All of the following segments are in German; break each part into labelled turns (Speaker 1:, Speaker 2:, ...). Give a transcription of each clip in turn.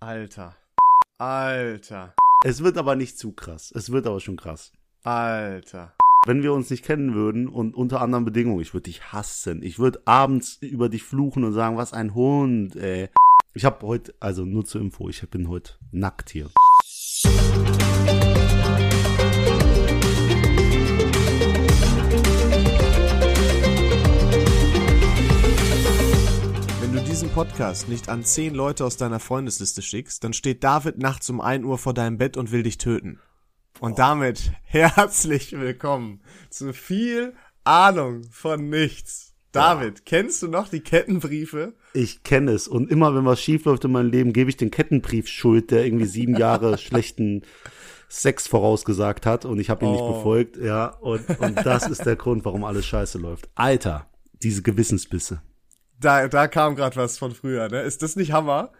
Speaker 1: Alter. Alter.
Speaker 2: Es wird aber nicht zu krass. Es wird aber schon krass.
Speaker 1: Alter.
Speaker 2: Wenn wir uns nicht kennen würden und unter anderen Bedingungen, ich würde dich hassen. Ich würde abends über dich fluchen und sagen, was ein Hund, ey. Ich habe heute, also nur zur Info, ich bin heute nackt hier.
Speaker 3: Wenn du diesen Podcast nicht an zehn Leute aus deiner Freundesliste schickst, dann steht David nachts um 1 Uhr vor deinem Bett und will dich töten. Und damit herzlich willkommen zu viel Ahnung von nichts. David, kennst du noch die Kettenbriefe?
Speaker 2: Ich kenne es. Und immer, wenn was schief läuft in meinem Leben, gebe ich den Kettenbrief schuld, der irgendwie sieben Jahre schlechten Sex vorausgesagt hat und ich habe
Speaker 3: Oh.
Speaker 2: ihn nicht befolgt. Ja, und, und das ist der Grund, warum alles scheiße läuft. Alter, diese Gewissensbisse.
Speaker 3: Da, da kam gerade was von früher, ne? Ist das nicht Hammer?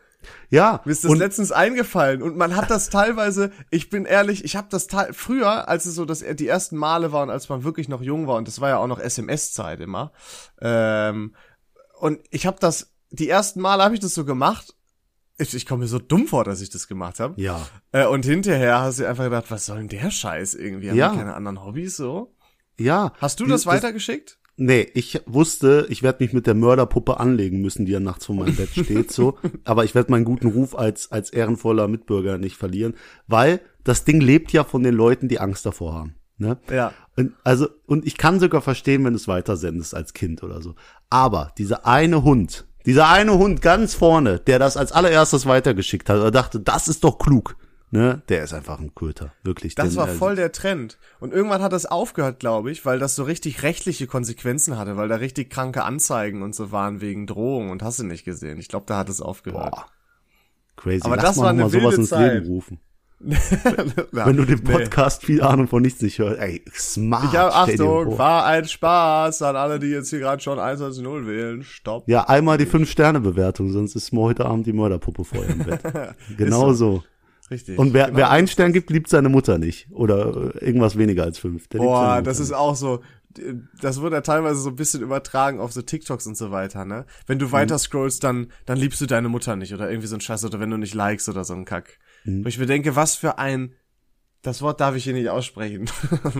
Speaker 2: Ja,
Speaker 3: Mir ist das
Speaker 2: und
Speaker 3: letztens eingefallen und man hat das teilweise, ich bin ehrlich, ich habe das teil- früher, als es so das, die ersten Male waren, als man wirklich noch jung war und das war ja auch noch SMS-Zeit immer. Ähm, und ich habe das, die ersten Male habe ich das so gemacht. Ich, ich komme mir so dumm vor, dass ich das gemacht habe.
Speaker 2: ja,
Speaker 3: Äh, und hinterher hast du einfach gedacht, was soll denn der Scheiß irgendwie? Haben
Speaker 2: Ja.
Speaker 3: wir keine anderen Hobbys so?
Speaker 2: ja.
Speaker 3: Hast du
Speaker 2: Die-
Speaker 3: das weitergeschickt?
Speaker 2: Nee, ich wusste, ich werde mich mit der Mörderpuppe anlegen müssen, die ja nachts vor meinem Bett steht, so. Aber ich werde meinen guten Ruf als, als ehrenvoller Mitbürger nicht verlieren, weil das Ding lebt ja von den Leuten, die Angst davor haben. Ne?
Speaker 3: Ja.
Speaker 2: Und, also, und ich kann sogar verstehen, wenn du es weitersendest als Kind oder so. Aber dieser eine Hund, dieser eine Hund ganz vorne, der das als allererstes weitergeschickt hat, er dachte, das ist doch klug, ne? Der ist einfach ein Köter, wirklich.
Speaker 3: Das
Speaker 2: Den,
Speaker 3: war
Speaker 2: äh,
Speaker 3: voll der Trend. Und irgendwann hat das aufgehört, glaube ich, weil das so richtig rechtliche Konsequenzen hatte, weil da richtig kranke Anzeigen und so waren wegen Drohung und hast du nicht gesehen. Ich glaube, da hat es aufgehört.
Speaker 2: Boah. Crazy.
Speaker 3: Aber
Speaker 2: Lass
Speaker 3: das
Speaker 2: mal
Speaker 3: war eine
Speaker 2: noch mal sowas
Speaker 3: wilde
Speaker 2: ins
Speaker 3: Zeit.
Speaker 2: Leben rufen.
Speaker 3: Ja,
Speaker 2: Wenn du den
Speaker 3: Ah, nee.
Speaker 2: Podcast viel Ahnung von nichts nicht hörst. Ey, smart.
Speaker 3: Ja,
Speaker 2: stell dir
Speaker 3: Achtung,
Speaker 2: vor.
Speaker 3: war ein Spaß an alle, die jetzt hier gerade schon 110 wählen. Stopp.
Speaker 2: Ja, einmal die 5-Sterne-Bewertung, sonst ist mir heute Abend die Mörderpuppe vor ihrem Bett. Genau so.
Speaker 3: Richtig.
Speaker 2: Und wer, wer einen Stern gibt, liebt seine Mutter nicht. Oder äh, irgendwas weniger als fünf. Der liebt
Speaker 3: Boah,
Speaker 2: seine
Speaker 3: das
Speaker 2: Mutter
Speaker 3: ist auch so. Das wurde ja teilweise so ein bisschen übertragen auf so TikToks und so weiter, ne? Wenn
Speaker 2: Mhm.
Speaker 3: du weiter scrollst, dann, dann liebst du deine Mutter nicht oder irgendwie so ein Scheiß oder wenn du nicht likest oder so ein Kack.
Speaker 2: Mhm.
Speaker 3: Wo ich mir denke, was für ein, das Wort darf ich hier nicht aussprechen,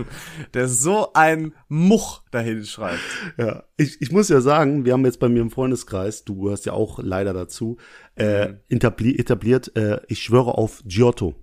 Speaker 3: der so ein Much dahin schreibt.
Speaker 2: nicht. Ja. Ich, ich muss ja sagen, wir haben jetzt bei mir im Freundeskreis, du gehörst ja auch leider dazu, äh,
Speaker 3: Mhm.
Speaker 2: etabli etabliert, äh, ich schwöre auf Giotto.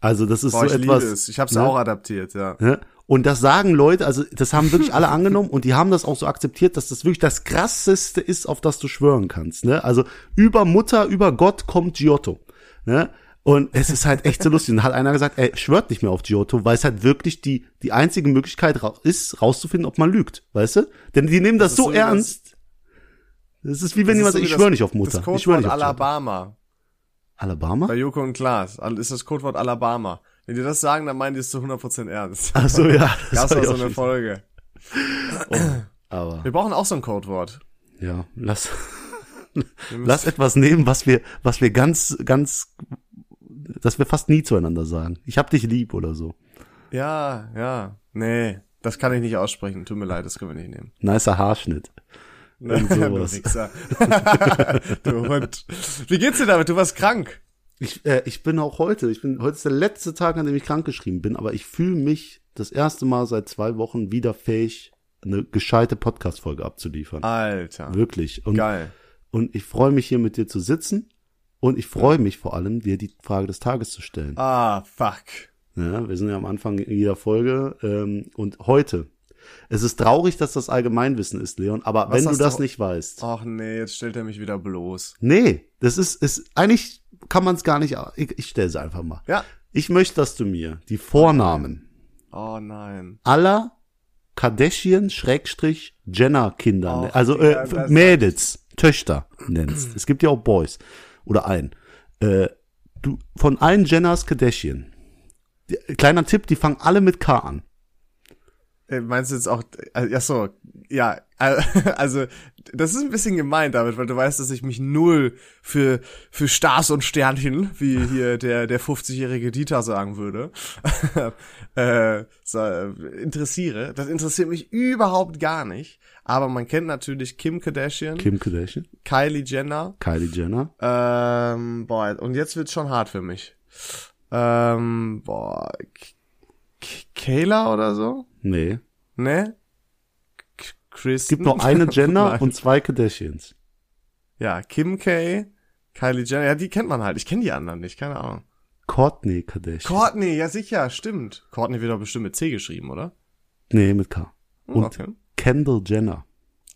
Speaker 2: Also das ist
Speaker 3: Boah,
Speaker 2: so
Speaker 3: ich
Speaker 2: etwas.
Speaker 3: liebe es. Ich hab's
Speaker 2: ne?
Speaker 3: auch adaptiert, ja.
Speaker 2: Ne? Und das sagen Leute, also das haben wirklich alle angenommen und die haben das auch so akzeptiert, dass das wirklich das krasseste ist, auf das du schwören kannst. Ne? Also über Mutter, über Gott kommt Giotto. Ne? Und es ist halt echt so lustig. Und dann hat einer gesagt, ey, schwört nicht mehr auf Giotto, weil es halt wirklich die, die einzige Möglichkeit ra ist, rauszufinden, ob man lügt. Weißt du? Denn die nehmen das,
Speaker 3: ist
Speaker 2: so,
Speaker 3: so wie das-
Speaker 2: ernst. Das ist wie wenn
Speaker 3: Das ist so
Speaker 2: jemand sagt,
Speaker 3: wie
Speaker 2: ich
Speaker 3: das-
Speaker 2: schwöre nicht auf
Speaker 3: Das
Speaker 2: Mutter. Ich schwöre
Speaker 3: Codewort
Speaker 2: nicht auf Giotto.
Speaker 3: Alabama.
Speaker 2: Alabama?
Speaker 3: Bei Joko und Klaas Al- ist das Codewort Alabama. Wenn die das sagen, dann meinen die es zu 100% ernst.
Speaker 2: Ach so, ja.
Speaker 3: Das
Speaker 2: hab
Speaker 3: war
Speaker 2: ich
Speaker 3: so
Speaker 2: auch
Speaker 3: eine
Speaker 2: schon-
Speaker 3: Folge.
Speaker 2: Aber
Speaker 3: Wir brauchen auch so ein Codewort.
Speaker 2: Ja, lass, lass etwas nehmen, was wir, was wir ganz, ganz, dass wir fast nie zueinander sagen. Ich hab dich lieb oder so.
Speaker 3: Ja, ja. Nee, das kann ich nicht aussprechen. Tut mir leid, das können wir nicht nehmen.
Speaker 2: Nicer Haarschnitt. Irgend
Speaker 3: du
Speaker 2: sowas.
Speaker 3: Wichser. du Hund. Wie geht's dir damit? Du warst krank.
Speaker 2: Ich, äh, ich bin auch heute, ich bin, heute ist der letzte Tag, an dem ich krankgeschrieben bin, aber ich fühle mich das erste Mal seit zwei Wochen wieder fähig, eine gescheite Podcast-Folge abzuliefern.
Speaker 3: Alter.
Speaker 2: Wirklich. Und,
Speaker 3: Geil.
Speaker 2: und ich freue mich hier mit dir zu sitzen und ich freue mich vor allem, dir die Frage des Tages zu stellen.
Speaker 3: Ah, fuck.
Speaker 2: Ja, wir sind ja am Anfang jeder Folge ähm, und heute. Es ist traurig, dass das Allgemeinwissen ist, Leon, aber
Speaker 3: Was
Speaker 2: wenn du
Speaker 3: hast
Speaker 2: das
Speaker 3: du- Oh.
Speaker 2: nicht weißt.
Speaker 3: Och nee, jetzt stellt er mich wieder bloß.
Speaker 2: Nee, das ist, ist eigentlich kann man es gar nicht. Ich, ich stelle es einfach mal.
Speaker 3: Ja.
Speaker 2: Ich möchte, dass du mir die Vornamen
Speaker 3: Oh nein.
Speaker 2: aller Kardashian-Jenner-Kinder, ne-
Speaker 3: Och,
Speaker 2: also
Speaker 3: Digga,
Speaker 2: äh,
Speaker 3: das-
Speaker 2: Mädels, Töchter nennst. es gibt ja auch Boys oder ein. Äh, du, von allen Jenners Kardashian. Die- Kleiner Tipp, die fangen alle mit K an.
Speaker 3: Äh, Meinst du jetzt auch, äh, ja so, ja, äh, also das ist ein bisschen gemein damit, weil du weißt, dass ich mich null für für Stars und Sternchen, wie hier der der 50-jährige Dieter sagen würde, äh, so, äh, interessiere. Das interessiert mich überhaupt gar nicht. Aber man kennt natürlich Kim Kardashian,
Speaker 2: Kim Kardashian,
Speaker 3: Kylie Jenner.
Speaker 2: Kylie Jenner.
Speaker 3: Ähm, boah, und jetzt wird's schon hart für mich. Ähm, boah, K K Kayla oder so?
Speaker 2: Nee.
Speaker 3: Ne? K Kristen?
Speaker 2: Es gibt nur eine Jenner und zwei Kardashians.
Speaker 3: Ja, Kim K, Kylie Jenner, ja, die kennt man halt. Ich kenne die anderen nicht, keine Ahnung.
Speaker 2: Courtney Kardashian.
Speaker 3: Courtney, ja sicher, stimmt. Courtney wird doch bestimmt mit C geschrieben, oder?
Speaker 2: nee, mit K.
Speaker 3: Hm,
Speaker 2: Und
Speaker 3: okay.
Speaker 2: Kendall Jenner.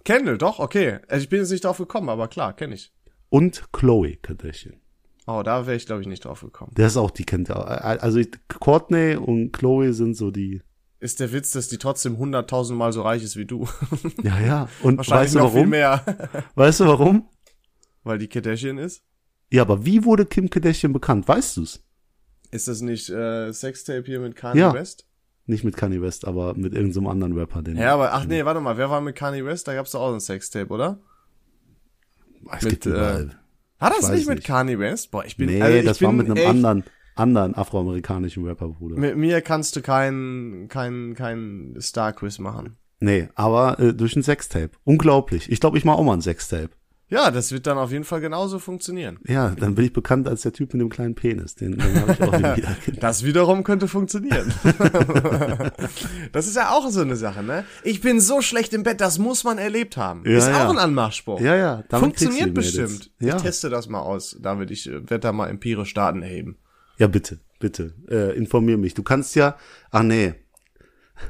Speaker 3: Kendall, doch, okay. Also ich bin jetzt nicht drauf gekommen, aber klar, kenne ich.
Speaker 2: Und Chloe Kardashian.
Speaker 3: Oh, da wäre ich, glaube ich, nicht drauf gekommen.
Speaker 2: Das ist auch die kennt Also ich- Courtney und Chloe sind so die.
Speaker 3: Ist der Witz, dass die trotzdem hunderttausendmal so reich ist wie du.
Speaker 2: Ja, ja. Und
Speaker 3: Wahrscheinlich
Speaker 2: weißt du
Speaker 3: noch viel
Speaker 2: warum?
Speaker 3: mehr.
Speaker 2: Weißt du warum?
Speaker 3: Weil die Kardashian ist?
Speaker 2: Ja, aber wie wurde Kim Kardashian bekannt? Weißt du's?
Speaker 3: Ist das nicht äh, Sextape hier mit Kanye
Speaker 2: Ja.
Speaker 3: West?
Speaker 2: Nicht mit Kanye West, aber mit irgendeinem anderen Rapper, den.
Speaker 3: Ja, aber ach nee, warte mal, wer war mit Kanye West? Da gab's doch auch ein Sextape, oder?
Speaker 2: es
Speaker 3: mit,
Speaker 2: gibt überall.
Speaker 3: War das
Speaker 2: weiß
Speaker 3: nicht mit
Speaker 2: nicht.
Speaker 3: Kanye West? Boah, ich bin
Speaker 2: nee,
Speaker 3: also ich
Speaker 2: das
Speaker 3: bin
Speaker 2: war mit einem
Speaker 3: echt,
Speaker 2: anderen, anderen afroamerikanischen Rapper, Bruder.
Speaker 3: Mit mir kannst du keinen keinen keinen Star Quiz machen.
Speaker 2: Nee, aber äh, durch ein Sextape. Unglaublich. Ich glaube, ich mache auch mal ein Sextape.
Speaker 3: Ja, das wird dann auf jeden Fall genauso funktionieren.
Speaker 2: Ja, dann bin ich bekannt als der Typ mit dem kleinen Penis. Den, den habe ich auch nie wieder
Speaker 3: Das wiederum könnte funktionieren. das ist ja auch so eine Sache, ne? Ich bin so schlecht im Bett, das muss man erlebt haben.
Speaker 2: Ja,
Speaker 3: ist
Speaker 2: ja.
Speaker 3: auch ein Anmachspruch.
Speaker 2: Ja, ja, damit kriegst du die
Speaker 3: Funktioniert
Speaker 2: Mädels.
Speaker 3: bestimmt.
Speaker 2: Ja.
Speaker 3: Ich teste das mal aus, damit ich werde da mal empirisch Daten erheben.
Speaker 2: Ja, bitte, bitte, äh, informier mich. Du kannst ja, ah nee,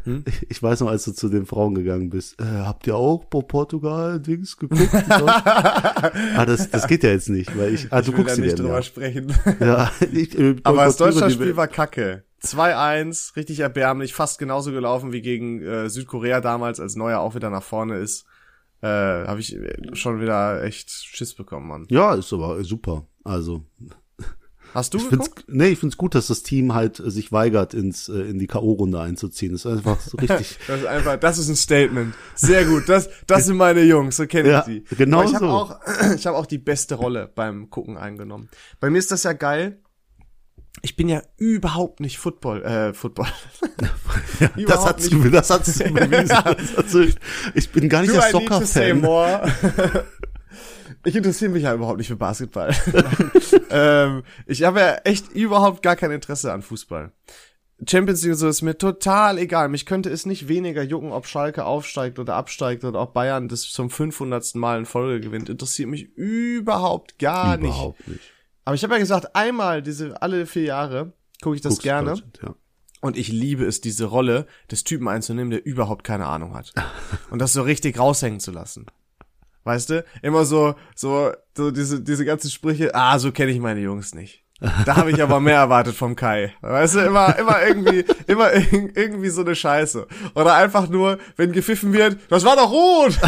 Speaker 3: Hm?
Speaker 2: ich, ich weiß noch, als du zu den Frauen gegangen bist, äh, habt ihr auch bei Portugal Dings geguckt? Und so? ah, das, das geht ja jetzt nicht, weil ich, ah, du
Speaker 3: Ich will
Speaker 2: guckst
Speaker 3: da
Speaker 2: sie
Speaker 3: nicht
Speaker 2: denn
Speaker 3: drüber
Speaker 2: ja.
Speaker 3: sprechen.
Speaker 2: ja ich, äh,
Speaker 3: Aber das
Speaker 2: boykottiere die-
Speaker 3: Deutschlandspiel war kacke. 2-1, richtig erbärmlich, fast genauso gelaufen wie gegen äh, Südkorea damals, als Neuer auch wieder nach vorne ist. Äh, Habe ich äh, schon wieder echt Schiss bekommen, Mann.
Speaker 2: Ja, ist aber äh, super. Also,
Speaker 3: Hast du
Speaker 2: ich find's,
Speaker 3: geguckt?
Speaker 2: nee, ich find's gut, dass das Team halt äh, sich weigert, ins, äh, in die K.O.-Runde einzuziehen. Das ist einfach so richtig.
Speaker 3: Das ist einfach, das ist ein Statement. Sehr gut, das, das sind meine Jungs, so kenne
Speaker 2: Ja,
Speaker 3: ich die.
Speaker 2: genau
Speaker 3: Aber ich habe
Speaker 2: so.
Speaker 3: auch, ich habe auch die beste Rolle beim Gucken eingenommen. Bei mir ist das ja geil. Ich bin ja überhaupt nicht Football, äh, Football.
Speaker 2: das
Speaker 3: überhaupt
Speaker 2: hat's,
Speaker 3: nicht.
Speaker 2: du, das hat's du bewiesen. Das hat's, du- ich bin gar nicht
Speaker 3: Do
Speaker 2: der
Speaker 3: I need to say
Speaker 2: Soccer-Fan.
Speaker 3: more? Ich interessiere mich ja überhaupt nicht für Basketball. ähm, ich habe ja echt überhaupt gar kein Interesse an Fußball. Champions League und so ist mir total egal. Mich könnte es nicht weniger jucken, ob Schalke aufsteigt oder absteigt oder ob Bayern das zum 500. Mal in Folge gewinnt. Interessiert mich überhaupt gar nicht.
Speaker 2: Überhaupt nicht.
Speaker 3: Aber ich habe ja gesagt, einmal diese alle vier Jahre gucke ich das
Speaker 2: Guckst du
Speaker 3: gerne.
Speaker 2: Deutschland, Ja.
Speaker 3: Und ich liebe es, diese Rolle des Typen einzunehmen, der überhaupt keine Ahnung hat. Und das so richtig raushängen zu lassen. Weißt du? Immer so, so, so diese, diese ganzen Sprüche, ah, so kenne ich meine Jungs nicht. Da habe ich aber mehr erwartet vom Kai. Weißt du, immer, immer irgendwie, immer irg- irgendwie so eine Scheiße. Oder einfach nur, wenn gepfiffen wird, das war doch rot!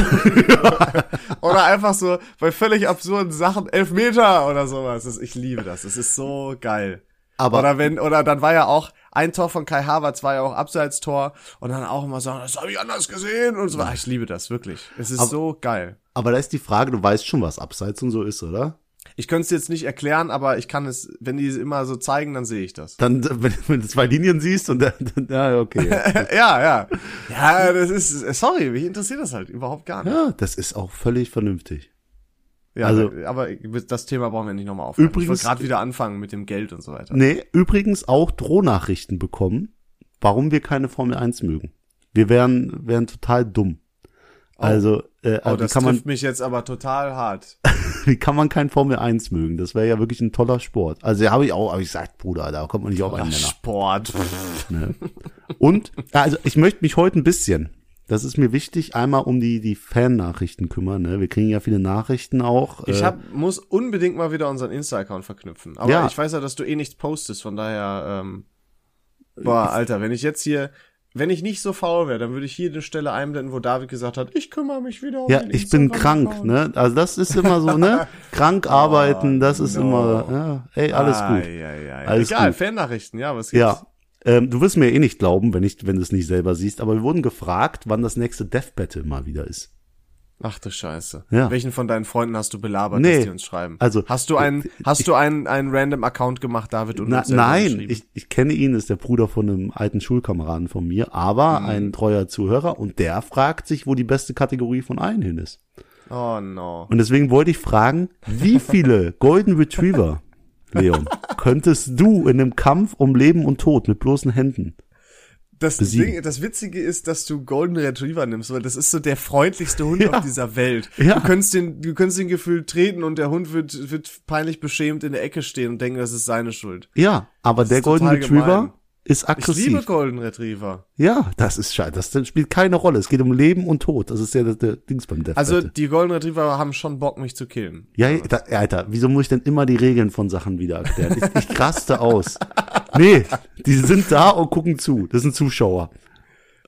Speaker 3: oder einfach so bei völlig absurden Sachen, Elfmeter oder sowas. Das- Ich liebe das. Es ist so geil.
Speaker 2: Aber-
Speaker 3: oder wenn, oder dann war ja auch ein Tor von Kai Havertz war ja auch Abseitstor und dann auch immer sagen, das habe ich anders gesehen und so. Ah, Ich liebe das wirklich. Es ist so geil.
Speaker 2: Aber da ist die Frage, du weißt schon, was abseits und so ist, oder?
Speaker 3: Ich könnte es jetzt nicht erklären, aber ich kann es, wenn die es immer so zeigen, dann sehe ich das.
Speaker 2: Dann, wenn, wenn du zwei Linien siehst und dann, dann ja, okay.
Speaker 3: ja, ja. Ja, das ist, sorry, mich interessiert das halt überhaupt gar nicht.
Speaker 2: Ja, das ist auch völlig vernünftig.
Speaker 3: Ja,
Speaker 2: Also-
Speaker 3: aber das Thema brauchen wir nicht nochmal aufnehmen. ich
Speaker 2: Übrigens-
Speaker 3: wollte gerade wieder anfangen mit dem Geld und so weiter.
Speaker 2: Nee, übrigens auch Drohnachrichten bekommen, warum wir keine Formel 1 mögen. Wir wären, wären total dumm. Also, äh,
Speaker 3: Oh,
Speaker 2: aber wie,
Speaker 3: das
Speaker 2: kann man,
Speaker 3: trifft mich jetzt aber total hart.
Speaker 2: wie kann man kein Formel 1 mögen? Das wäre ja wirklich ein toller Sport. Also, ja, habe ich auch, habe ich gesagt, Bruder, da kommt man
Speaker 3: Oh,
Speaker 2: nicht auf einen Nenner.
Speaker 3: Sport.
Speaker 2: Und ja, also ich möchte mich heute ein bisschen, das ist mir wichtig, einmal um die die Fan-Nachrichten kümmern. Ne? Wir kriegen ja viele Nachrichten auch.
Speaker 3: Ich
Speaker 2: äh,
Speaker 3: hab, muss unbedingt mal wieder unseren Insta-Account verknüpfen. Aber
Speaker 2: Ja.
Speaker 3: ich weiß ja, dass du eh nichts postest, von daher, ähm,
Speaker 2: Äh,
Speaker 3: boah, Alter, wenn ich jetzt hier, wenn ich nicht so faul wäre, dann würde ich hier eine Stelle einblenden, wo David gesagt hat, ich kümmere mich wieder um
Speaker 2: ja,
Speaker 3: den
Speaker 2: ich bin krank.
Speaker 3: Instagram-Account.
Speaker 2: Ne? Also das ist immer so, ne? Krank arbeiten, das ist
Speaker 3: Oh, no.
Speaker 2: immer. Ja, ey, alles
Speaker 3: Ah,
Speaker 2: gut.
Speaker 3: Ja, ja, ja.
Speaker 2: Alles
Speaker 3: Egal,
Speaker 2: gut.
Speaker 3: Fan-Nachrichten, ja, was gibt's?
Speaker 2: Ja, Ähm, du wirst mir eh nicht glauben, wenn ich, wenn du es nicht selber siehst, aber wir wurden gefragt, wann das nächste Death Battle mal wieder ist.
Speaker 3: Ach du Scheiße.
Speaker 2: Ja.
Speaker 3: Welchen von deinen Freunden hast du belabert,
Speaker 2: Nee.
Speaker 3: dass die uns schreiben?
Speaker 2: Also-
Speaker 3: hast du einen, hast du einen, einen random Account gemacht, David und
Speaker 2: Na,
Speaker 3: uns selber
Speaker 2: nein,
Speaker 3: geschrieben?
Speaker 2: ich, ich kenne ihn, ist der Bruder von einem alten Schulkameraden von mir, aber
Speaker 3: Mhm.
Speaker 2: ein treuer Zuhörer und der fragt sich, wo die beste Kategorie von allen hin ist.
Speaker 3: Oh no.
Speaker 2: Und deswegen wollte ich fragen, wie viele Golden Retriever, Leon, könntest du in einem Kampf um Leben und Tod mit bloßen Händen?
Speaker 3: Das
Speaker 2: Besiegen.
Speaker 3: Ding, das Witzige ist, dass du Golden Retriever nimmst, weil das ist so der freundlichste Hund auf dieser Welt.
Speaker 2: Ja.
Speaker 3: Du kannst den, du kannst den Gefühl treten und der Hund wird, wird peinlich beschämt in der Ecke stehen und denken, das ist seine Schuld.
Speaker 2: Ja, aber der
Speaker 3: ist
Speaker 2: Golden
Speaker 3: total
Speaker 2: Retriever
Speaker 3: gemein.
Speaker 2: ist
Speaker 3: Ich liebe
Speaker 2: aggressiv.
Speaker 3: Golden Retriever.
Speaker 2: Ja, das ist scheiße. Das spielt keine Rolle. Es geht um Leben und Tod. Das ist ja der, der Dings beim Death
Speaker 3: Also
Speaker 2: Battle.
Speaker 3: die Golden Retriever haben schon Bock, mich zu killen.
Speaker 2: Ja, ja, da, Alter, wieso muss ich denn immer die Regeln von Sachen wieder erklären? Ich, ich raste aus. Nee, die sind da und gucken zu. Das sind Zuschauer.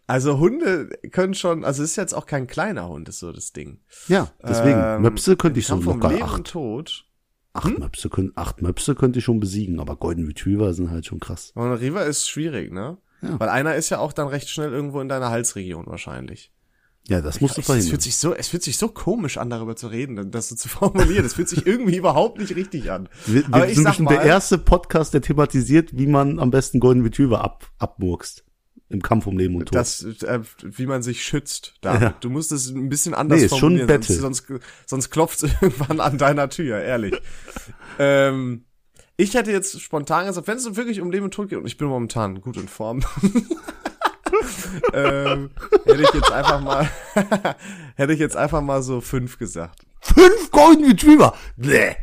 Speaker 3: Also Hunde können schon, also es ist jetzt auch kein kleiner Hund, ist so das Ding.
Speaker 2: Ja, deswegen.
Speaker 3: Ähm,
Speaker 2: Möpse könnte ich so
Speaker 3: Kampf um
Speaker 2: locker
Speaker 3: Leben
Speaker 2: acht
Speaker 3: und Tod.
Speaker 2: Acht, Möpse können, acht Möpse könnte ich schon besiegen, aber Golden Retriever sind halt schon krass.
Speaker 3: Golden Retriever ist schwierig, ne?
Speaker 2: Ja.
Speaker 3: Weil einer ist ja auch dann recht schnell irgendwo in deiner Halsregion wahrscheinlich.
Speaker 2: Ja, das musst du
Speaker 3: Es, es,
Speaker 2: verhindern.
Speaker 3: fühlt sich so, es fühlt sich so komisch an, darüber zu reden, das so zu formulieren. Es fühlt sich irgendwie überhaupt nicht richtig an.
Speaker 2: Wir, wir
Speaker 3: Aber ich
Speaker 2: sind
Speaker 3: sag
Speaker 2: bestimmt der
Speaker 3: mal,
Speaker 2: erste Podcast, der thematisiert, wie man am besten Golden Retriever ab, abmurkst. Im Kampf um Leben und Tod.
Speaker 3: das, äh, wie man sich schützt. David.
Speaker 2: Ja.
Speaker 3: Du musst es ein bisschen anders
Speaker 2: Nee, ist schon ein
Speaker 3: formulieren, sonst,
Speaker 2: Battle.
Speaker 3: sonst, sonst klopft irgendwann an deiner Tür, ehrlich. ähm, ich hätte jetzt spontan gesagt, wenn es wirklich um Leben und Tod geht, und ich bin momentan gut in Form, ähm, hätte ich jetzt einfach mal, hätte ich jetzt einfach mal so fünf gesagt.
Speaker 2: Fünf Golden Retriever! Nee.
Speaker 3: Weißt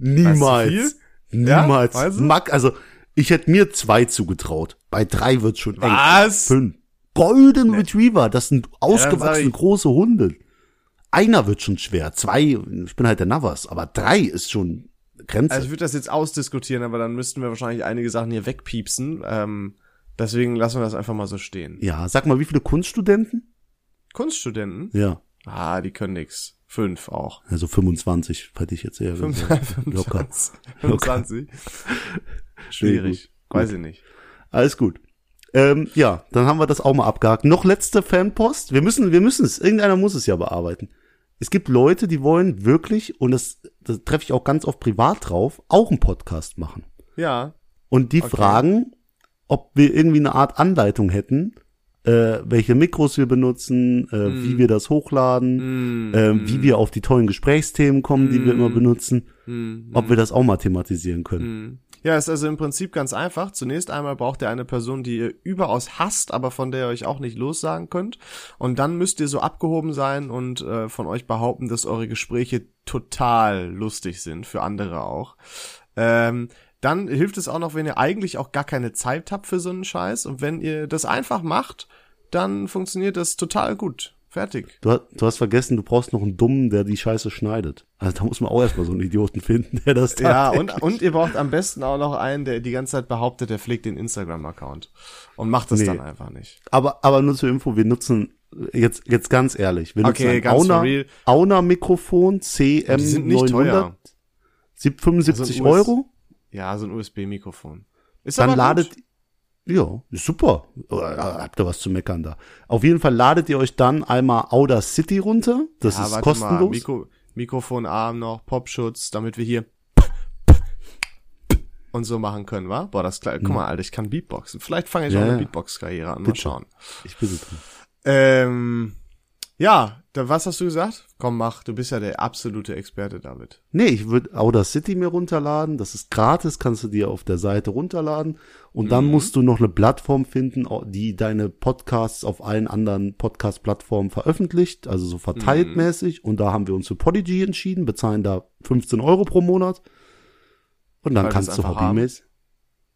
Speaker 3: du
Speaker 2: Niemals.
Speaker 3: viel?
Speaker 2: Niemals.
Speaker 3: Ja, weißt du?
Speaker 2: Mag, also, ich hätte mir zwei zugetraut. Bei drei wird schon eng.
Speaker 3: Was?
Speaker 2: Fünf. Golden
Speaker 3: Ne.
Speaker 2: Retriever, das sind ausgewachsene
Speaker 3: ich-
Speaker 2: große Hunde. Einer wird schon schwer. Zwei, ich bin halt der Navas, aber drei ist schon Grenze.
Speaker 3: Also ich würde das jetzt ausdiskutieren, aber dann müssten wir wahrscheinlich einige Sachen hier wegpiepsen. Ähm, deswegen lassen wir das einfach mal so stehen.
Speaker 2: ja, sag mal, wie viele Kunststudenten?
Speaker 3: Kunststudenten?
Speaker 2: Ja,
Speaker 3: Ah, die können nix. Fünf auch.
Speaker 2: also 25 hätte ich jetzt eher gesagt. Locker.
Speaker 3: 25. Schwierig. Weiß ich nicht.
Speaker 2: Alles gut. Ähm, ja, dann haben wir das auch mal abgehakt. Noch letzte Fanpost. Wir müssen, wir müssen es. Irgendeiner muss es ja bearbeiten. Es gibt Leute, die wollen wirklich, und das, das treffe ich auch ganz oft privat drauf, auch einen Podcast machen.
Speaker 3: Ja.
Speaker 2: Und die fragen, ob wir irgendwie eine Art Anleitung hätten, äh, welche Mikros wir benutzen, äh, wie
Speaker 3: Hm.
Speaker 2: wir das hochladen, äh, wie wir auf die tollen Gesprächsthemen kommen, die wir
Speaker 3: Hm.
Speaker 2: immer benutzen, ob wir das auch mal thematisieren können.
Speaker 3: Ja, ist also im Prinzip ganz einfach. Zunächst einmal braucht ihr eine Person, die ihr überaus hasst, aber von der ihr euch auch nicht lossagen könnt. Und dann müsst ihr so abgehoben sein und äh, von euch behaupten, dass eure Gespräche total lustig sind, für andere auch. Ähm, dann hilft es auch noch, wenn ihr eigentlich auch gar keine Zeit habt für so einen Scheiß. Und wenn ihr das einfach macht, dann funktioniert das total gut. Fertig.
Speaker 2: Du, ha- du hast vergessen, du brauchst noch einen Dummen, der die Scheiße schneidet. Also da muss man auch erstmal so einen Idioten finden, der das
Speaker 3: Ja,
Speaker 2: tat.
Speaker 3: und, und ihr braucht am besten auch noch einen, der die ganze Zeit behauptet, der pflegt den Instagram-Account. Und macht das
Speaker 2: Nee.
Speaker 3: dann einfach nicht.
Speaker 2: Aber, aber nur zur Info, wir nutzen jetzt, jetzt ganz ehrlich, wir nutzen
Speaker 3: Okay,
Speaker 2: ein
Speaker 3: ganz for
Speaker 2: Auna,
Speaker 3: real.
Speaker 2: Auna Mikrofon CM
Speaker 3: Die sind nicht
Speaker 2: 900,
Speaker 3: teuer.
Speaker 2: 75
Speaker 3: Also ein US-
Speaker 2: Euro.
Speaker 3: Ja, so ein USB-Mikrofon. Ist
Speaker 2: dann
Speaker 3: aber
Speaker 2: ladet
Speaker 3: Gut.
Speaker 2: ja, ist super. Äh, Habt ihr was zu meckern da? Auf jeden Fall ladet ihr euch dann einmal Audacity runter. Das
Speaker 3: Ja,
Speaker 2: ist
Speaker 3: warte Mal.
Speaker 2: kostenlos.
Speaker 3: Mikro Mikrofonarm noch, Popschutz, damit wir hier und so machen können, wa? Boah, das ist klar. Guck mal, Alter, ich kann Beatboxen. Vielleicht fange ich
Speaker 2: Mhm. Ja,
Speaker 3: auch eine
Speaker 2: ja.
Speaker 3: Beatbox-Karriere an. Mal
Speaker 2: Bitte.
Speaker 3: schauen.
Speaker 2: Ich bin so drin.
Speaker 3: Ähm, ja, da, was hast du gesagt? Komm, mach. Du bist ja der absolute Experte damit.
Speaker 2: Nee, ich würde Audacity mir runterladen. Das ist gratis, kannst du dir auf der Seite runterladen. Und
Speaker 3: Mhm.
Speaker 2: dann musst du noch eine Plattform finden, au- die deine Podcasts auf allen anderen Podcast-Plattformen veröffentlicht, also so
Speaker 3: Mhm.
Speaker 2: verteilt mäßig. Und da haben wir uns für Podigy entschieden, bezahlen da 15 Euro pro Monat. Und dann
Speaker 3: Weil
Speaker 2: kannst
Speaker 3: wir's
Speaker 2: du
Speaker 3: einfach
Speaker 2: hobbymäßig.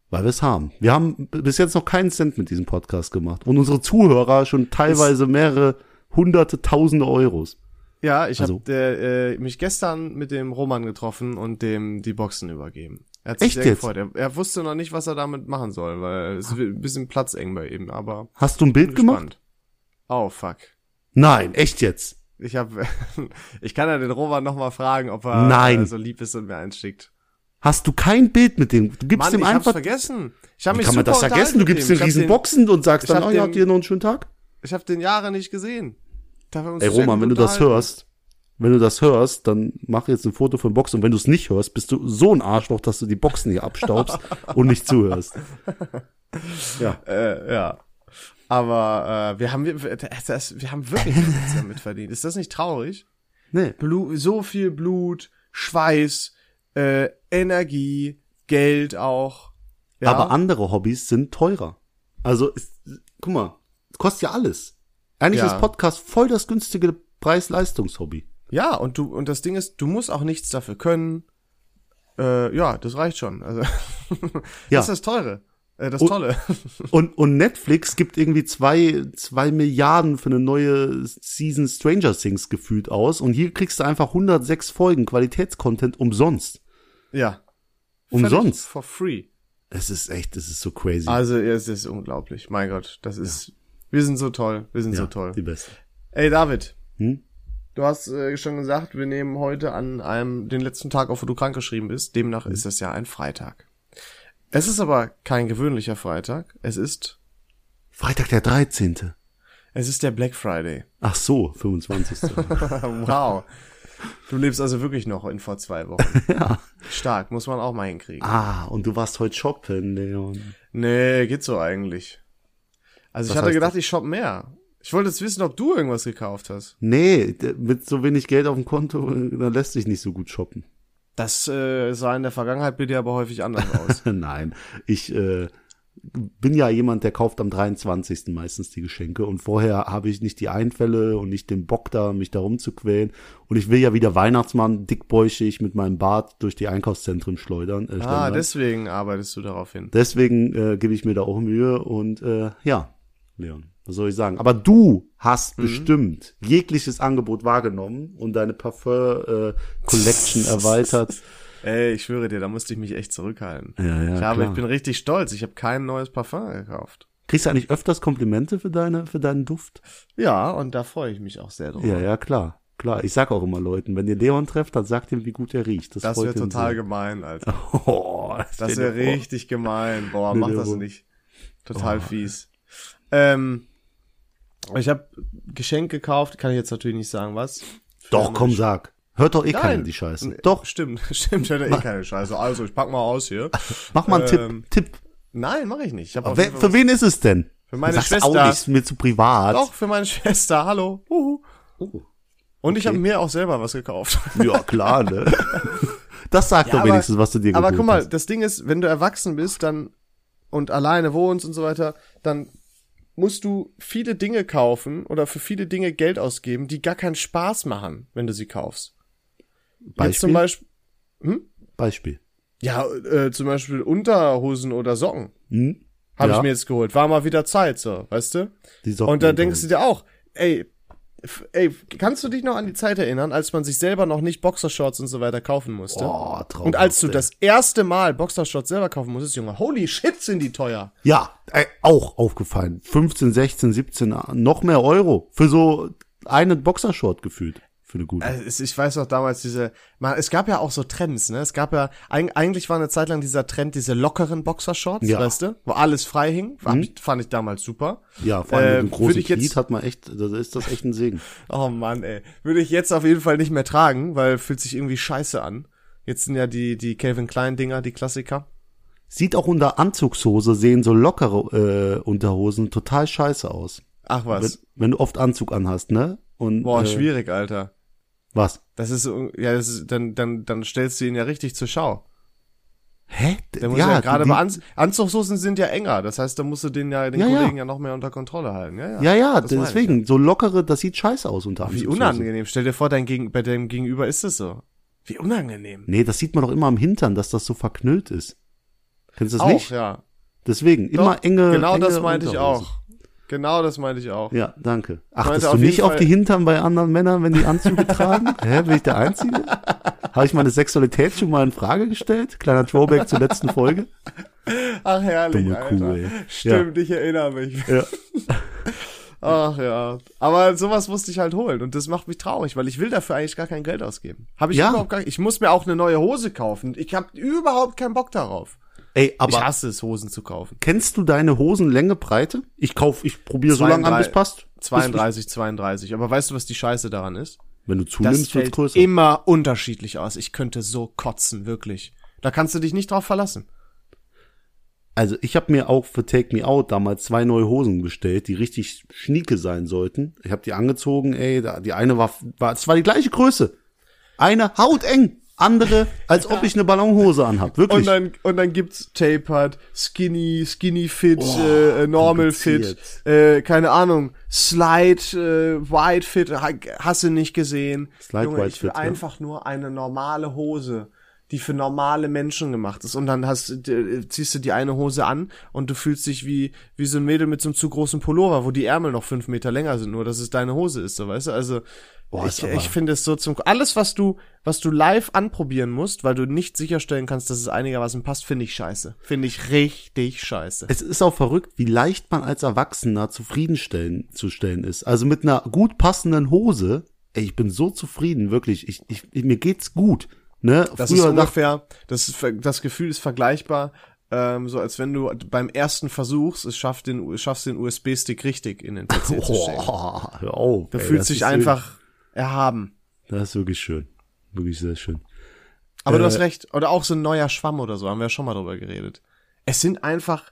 Speaker 2: Weil wir es haben. Wir haben b- bis jetzt noch keinen Cent mit diesem Podcast gemacht. Und unsere Zuhörer schon teilweise mehrere hunderte, tausende Euros.
Speaker 3: Ja, ich
Speaker 2: Also-
Speaker 3: hab habe äh, mich gestern mit dem Roman getroffen und dem die Boxen übergeben. Er hat sich
Speaker 2: Echt
Speaker 3: sehr
Speaker 2: jetzt?
Speaker 3: gefreut. Er, er wusste noch nicht, was er damit machen soll, weil es ist ein bisschen platzeng bei ihm, aber
Speaker 2: Hast du ein Bild
Speaker 3: gespannt.
Speaker 2: gemacht?
Speaker 3: Oh fuck.
Speaker 2: Nein, echt jetzt.
Speaker 3: Ich hab ich kann ja den Roman noch mal fragen, ob er
Speaker 2: Nein.
Speaker 3: äh, so lieb ist und mir einschickt.
Speaker 2: hast du kein Bild mit dem. Du gibst
Speaker 3: Mann,
Speaker 2: dem
Speaker 3: ich hab's
Speaker 2: einfach.
Speaker 3: vergessen. Ich hab
Speaker 2: Wie
Speaker 3: mich
Speaker 2: kann man
Speaker 3: super
Speaker 2: das vergessen?
Speaker 3: unterhalten
Speaker 2: Du
Speaker 3: mit
Speaker 2: gibst
Speaker 3: dem.
Speaker 2: den
Speaker 3: Ich hab
Speaker 2: riesen Boxen und sagst
Speaker 3: ich
Speaker 2: dann,
Speaker 3: hab
Speaker 2: oh, ja,
Speaker 3: dem-
Speaker 2: dir noch einen schönen Tag.
Speaker 3: Ich habe den Jahre nicht gesehen. Da haben wir uns
Speaker 2: Ey,
Speaker 3: sehr
Speaker 2: Roman,
Speaker 3: gut
Speaker 2: wenn du das
Speaker 3: unterhalten.
Speaker 2: hörst, wenn du das hörst, dann mach jetzt ein Foto von Boxen. Und wenn du es nicht hörst, bist du so ein Arschloch, dass du die Boxen hier abstaubst und nicht zuhörst.
Speaker 3: Äh, ja. Aber äh, wir haben wir, das, wir haben wirklich nichts damit verdient. Ist das nicht traurig?
Speaker 2: Nee.
Speaker 3: Blu so viel Blut, Schweiß, äh, Energie, Geld auch. Ja?
Speaker 2: Aber andere Hobbys sind teurer. Also, ist, guck mal, es kostet ja alles. Eigentlich
Speaker 3: Ja.
Speaker 2: ist Podcast voll das günstige Preis-Leistungs-Hobby.
Speaker 3: ja, und du und das Ding ist, du musst auch nichts dafür können. Äh, ja, das reicht schon. Also,
Speaker 2: Ja.
Speaker 3: das ist das Teure. Äh, das
Speaker 2: Und-
Speaker 3: Tolle.
Speaker 2: Und, und Netflix gibt irgendwie zwei, zwei Milliarden für eine neue Season Stranger Things gefühlt aus. Und hier kriegst du einfach 106 Folgen Qualitätscontent umsonst.
Speaker 3: ja. Völlig
Speaker 2: Umsonst.
Speaker 3: For free.
Speaker 2: Es ist echt, es ist so crazy.
Speaker 3: Also, ja, es ist unglaublich. Mein Gott, das ist. Wir sind so toll. Wir sind
Speaker 2: ja,
Speaker 3: so toll.
Speaker 2: Die Beste.
Speaker 3: Ey, David.
Speaker 2: Hm?
Speaker 3: Du hast äh, schon gesagt, wir nehmen heute an einem den letzten Tag auf, wo du krankgeschrieben bist. Demnach ist es ja ein Freitag. Es ist aber kein gewöhnlicher Freitag. Es ist
Speaker 2: Freitag der 13.
Speaker 3: es ist der Black Friday.
Speaker 2: Ach so, 25.
Speaker 3: wow. Du lebst also wirklich noch in vor zwei Wochen.
Speaker 2: ja.
Speaker 3: Stark, muss man auch mal hinkriegen.
Speaker 2: Ah, und du warst heute shoppen, Leon.
Speaker 3: Nee, geht so eigentlich. Also ich
Speaker 2: Was
Speaker 3: hatte
Speaker 2: heißt
Speaker 3: gedacht, ich shopp mehr. Ich wollte jetzt wissen, ob du irgendwas gekauft hast.
Speaker 2: Nee, d- mit so wenig Geld auf dem Konto, äh, da lässt sich nicht so gut shoppen.
Speaker 3: Das äh, sah in der Vergangenheit bei dir aber häufig anders aus.
Speaker 2: Nein, ich äh, bin ja jemand, der kauft am 23. meistens die Geschenke und vorher habe ich nicht die Einfälle und nicht den Bock da, mich da rumzuquälen. Und ich will ja wieder Weihnachtsmann dickbäuchig mit meinem Bart durch die Einkaufszentren schleudern. Äh,
Speaker 3: ah,
Speaker 2: schlendern.
Speaker 3: deswegen arbeitest du darauf hin.
Speaker 2: Deswegen äh, gebe ich mir da auch Mühe und äh, ja, Leon, was soll ich sagen? Aber du hast bestimmt jegliches Angebot wahrgenommen und deine Parfum-Collection erweitert.
Speaker 3: Ey, ich schwöre dir, da musste ich mich echt zurückhalten.
Speaker 2: Ja, ja,
Speaker 3: ich, habe, ich
Speaker 2: klar.
Speaker 3: bin richtig stolz. Ich habe kein neues Parfum gekauft.
Speaker 2: Kriegst du eigentlich öfters Komplimente für, deine, für deinen Duft?
Speaker 3: Ja, und da freue ich mich auch sehr drauf.
Speaker 2: Ja, ja, klar. Klar, ich sag auch immer Leuten, wenn ihr Leon trefft, dann sagt ihm, wie gut er riecht. Das,
Speaker 3: das
Speaker 2: freut
Speaker 3: wäre
Speaker 2: ihn
Speaker 3: total
Speaker 2: sehr.
Speaker 3: gemein, Alter.
Speaker 2: Oh,
Speaker 3: Das
Speaker 2: stell
Speaker 3: wäre
Speaker 2: dir vor.
Speaker 3: richtig gemein. Boah,
Speaker 2: Stell
Speaker 3: mach
Speaker 2: dir
Speaker 3: das
Speaker 2: vor.
Speaker 3: nicht. Total fies. Ähm, ich habe Geschenk gekauft, kann ich jetzt natürlich nicht sagen, was.
Speaker 2: Doch, komm, sag. Hört doch eh keiner
Speaker 3: Nein.
Speaker 2: die Scheiße.
Speaker 3: N-
Speaker 2: Doch,
Speaker 3: Stimmt, stimmt, hätte eh keine Scheiße. Also, ich pack mal aus hier.
Speaker 2: mach mal einen
Speaker 3: Ähm,
Speaker 2: Tipp. Tipp.
Speaker 3: Nein, mache ich nicht. Ich hab auf
Speaker 2: Wer,
Speaker 3: jeden Fall
Speaker 2: für wen ist es denn?
Speaker 3: Für meine
Speaker 2: Sag's
Speaker 3: Schwester.
Speaker 2: auch nicht, ist mir zu privat.
Speaker 3: was- Doch, für meine Schwester. Hallo. Huhu.
Speaker 2: Oh.
Speaker 3: Und ich habe mir auch selber was gekauft.
Speaker 2: Ja, klar, ne? Das sagt doch
Speaker 3: aber-
Speaker 2: wenigstens, was du dir
Speaker 3: Aber
Speaker 2: geholt
Speaker 3: guck mal,
Speaker 2: hast.
Speaker 3: das Ding ist, wenn du erwachsen bist dann und alleine wohnst und so weiter, dann musst du viele Dinge kaufen oder für viele Dinge Geld ausgeben, die gar keinen Spaß machen, wenn du sie kaufst. Jetzt zum
Speaker 2: Beispiel,
Speaker 3: Beispiel,
Speaker 2: Beispiel.
Speaker 3: ja, äh, zum Beispiel Unterhosen oder Socken.
Speaker 2: Hm?
Speaker 3: Habe
Speaker 2: Ja.
Speaker 3: ich mir jetzt geholt. War mal wieder Zeit, so, weißt du?
Speaker 2: Die Socken
Speaker 3: Und da
Speaker 2: unter
Speaker 3: denkst du dir auch, ey, f- ey, kannst du dich noch an die Zeit erinnern, als man sich selber noch nicht Boxershorts und so weiter kaufen musste?
Speaker 2: Oh, traumhaft,
Speaker 3: und als du
Speaker 2: ey.
Speaker 3: das erste Mal Boxershorts selber kaufen musstest, Junge, holy shit, sind die teuer.
Speaker 2: Ja, äh, auch aufgefallen. 15, 16, 17, äh, noch mehr Euro. Für so einen Boxershort gefühlt. Für eine gute.
Speaker 3: Es- Ich weiß noch damals diese, man, es gab ja auch so Trends, ne? Es gab ja, eig- eigentlich war eine Zeit lang dieser Trend, diese lockeren Boxershorts,
Speaker 2: Ja.
Speaker 3: weißt du? Wo alles frei hing. Hab ich- Fand ich damals super.
Speaker 2: ja, vor allem
Speaker 3: äh,
Speaker 2: mit einem
Speaker 3: würd
Speaker 2: großen
Speaker 3: ich jetzt-
Speaker 2: Kredit hat man echt, da ist das echt ein Segen.
Speaker 3: Oh Mann, ey. Würde ich jetzt auf jeden Fall nicht mehr tragen, weil fühlt sich irgendwie scheiße an. Jetzt sind ja die, die Calvin Klein Dinger, die Klassiker.
Speaker 2: Sieht auch unter Anzugshose, sehen so lockere äh, Unterhosen total scheiße aus.
Speaker 3: Ach
Speaker 2: Wenn,
Speaker 3: was.
Speaker 2: wenn du oft Anzug anhast, ne? Und,
Speaker 3: Boah,
Speaker 2: äh,
Speaker 3: schwierig, Alter.
Speaker 2: Was?
Speaker 3: Das ist so- ja, das ist, dann dann dann stellst du ihn ja richtig zur Schau.
Speaker 2: Hä?
Speaker 3: Der muss ja, gerade
Speaker 2: die-
Speaker 3: bei Anz Anzugshosen sind ja enger, das heißt, da musst du den ja den
Speaker 2: Ja, ja.
Speaker 3: Kollegen ja. noch mehr unter Kontrolle halten. Ja, ja.
Speaker 2: Ja, ja,
Speaker 3: Das meine ich,
Speaker 2: deswegen, so lockere, das sieht scheiße aus unter
Speaker 3: Wie
Speaker 2: Anzugshosen.
Speaker 3: unangenehm. Stell dir vor, dein Gegen bei deinem Gegenüber ist es so. Wie unangenehm.
Speaker 2: Nee, das sieht man doch immer am Hintern, dass das so verknüllt ist. Kennst du das
Speaker 3: auch,
Speaker 2: nicht?
Speaker 3: ja.
Speaker 2: Deswegen, immer
Speaker 3: Doch,
Speaker 2: enge
Speaker 3: Genau
Speaker 2: enge
Speaker 3: das meinte ich
Speaker 2: Unterhosen.
Speaker 3: auch. Genau das meinte ich auch.
Speaker 2: Ja, danke.
Speaker 3: meinte
Speaker 2: Achtest du
Speaker 3: auf
Speaker 2: nicht
Speaker 3: jeden
Speaker 2: auf die
Speaker 3: Fall-
Speaker 2: Hintern bei anderen Männern, wenn die Anzüge tragen? Hä, bin ich der Einzige? Habe ich meine Sexualität schon mal in Frage gestellt? Kleiner Throwback zur letzten Folge.
Speaker 3: Ach herrlich,
Speaker 2: Dumme
Speaker 3: Alter.
Speaker 2: Kuh, ey.
Speaker 3: Stimmt, ich erinnere mich.
Speaker 2: Ja.
Speaker 3: Ach ja. Aber sowas musste ich halt holen und das macht mich traurig, weil ich will dafür eigentlich gar kein Geld ausgeben. Hab ich
Speaker 2: Ja.
Speaker 3: überhaupt gar Ich muss mir auch eine neue Hose kaufen. Ich habe überhaupt keinen Bock darauf.
Speaker 2: Ey,
Speaker 3: Ich
Speaker 2: aber
Speaker 3: hasse es, Hosen zu kaufen.
Speaker 2: kennst du deine Hosenlänge, Breite? Ich kauf, ich probiere so lange an, bis
Speaker 3: 32,
Speaker 2: passt.
Speaker 3: 32, 32. Aber weißt du, was die Scheiße daran ist?
Speaker 2: Wenn du
Speaker 3: Das
Speaker 2: zunimmst, wird's
Speaker 3: fällt
Speaker 2: größer.
Speaker 3: immer unterschiedlich aus. Ich könnte so kotzen, wirklich. Da kannst du dich nicht drauf verlassen.
Speaker 2: Also ich habe mir auch für Take Me Out damals zwei neue Hosen bestellt, die richtig schnieke sein sollten. Ich habe die angezogen, ey, da, die eine war, war, es war die gleiche Größe. Eine hauteng, andere, als ob ich eine Ballonhose anhab. Wirklich.
Speaker 3: Und dann, und dann gibt's Tapered, Skinny, Skinny Fit, äh, äh, Normal Fit,
Speaker 2: kompliziert.
Speaker 3: äh, keine Ahnung, Slide, äh, Wide Fit, ha- hast du nicht gesehen.
Speaker 2: Slide
Speaker 3: Junge,
Speaker 2: Wide
Speaker 3: ich will
Speaker 2: Fit, ja.
Speaker 3: einfach nur eine normale Hose, die für normale Menschen gemacht ist. Und dann hast, du- äh, ziehst du die eine Hose an und du fühlst dich wie, wie so ein Mädel mit so einem zu großen Pullover, wo die Ärmel noch fünf Meter länger sind, nur dass es deine Hose ist, so weißt du? Also,
Speaker 2: Boah, ist
Speaker 3: ich,
Speaker 2: aber-
Speaker 3: ich finde es so zum alles was du was du live anprobieren musst, weil du nicht sicherstellen kannst, dass es einigermaßen passt, finde ich scheiße. Finde ich richtig scheiße.
Speaker 2: es ist auch verrückt, wie leicht man als Erwachsener zufriedenstellen zu stellen ist. Also mit einer gut passenden Hose, ey, ich bin so zufrieden, wirklich. Ich, ich, ich mir geht's gut. Ne?
Speaker 3: Das ist
Speaker 2: Früher nach,
Speaker 3: ungefähr das ist, ver- das Gefühl ist vergleichbar ähm, so als wenn du beim ersten Versuchs es schaffst den U- schaffst den USB Stick richtig in den PC zu stecken.
Speaker 2: boah, hör auf.
Speaker 3: Du
Speaker 2: ey, das
Speaker 3: fühlst dich
Speaker 2: ist wirklich-
Speaker 3: einfach erhaben.
Speaker 2: Das ist wirklich schön. Wirklich sehr schön.
Speaker 3: Aber du
Speaker 2: Äh,
Speaker 3: hast recht, oder auch so ein neuer Schwamm oder so, haben wir ja schon mal drüber geredet. Es sind einfach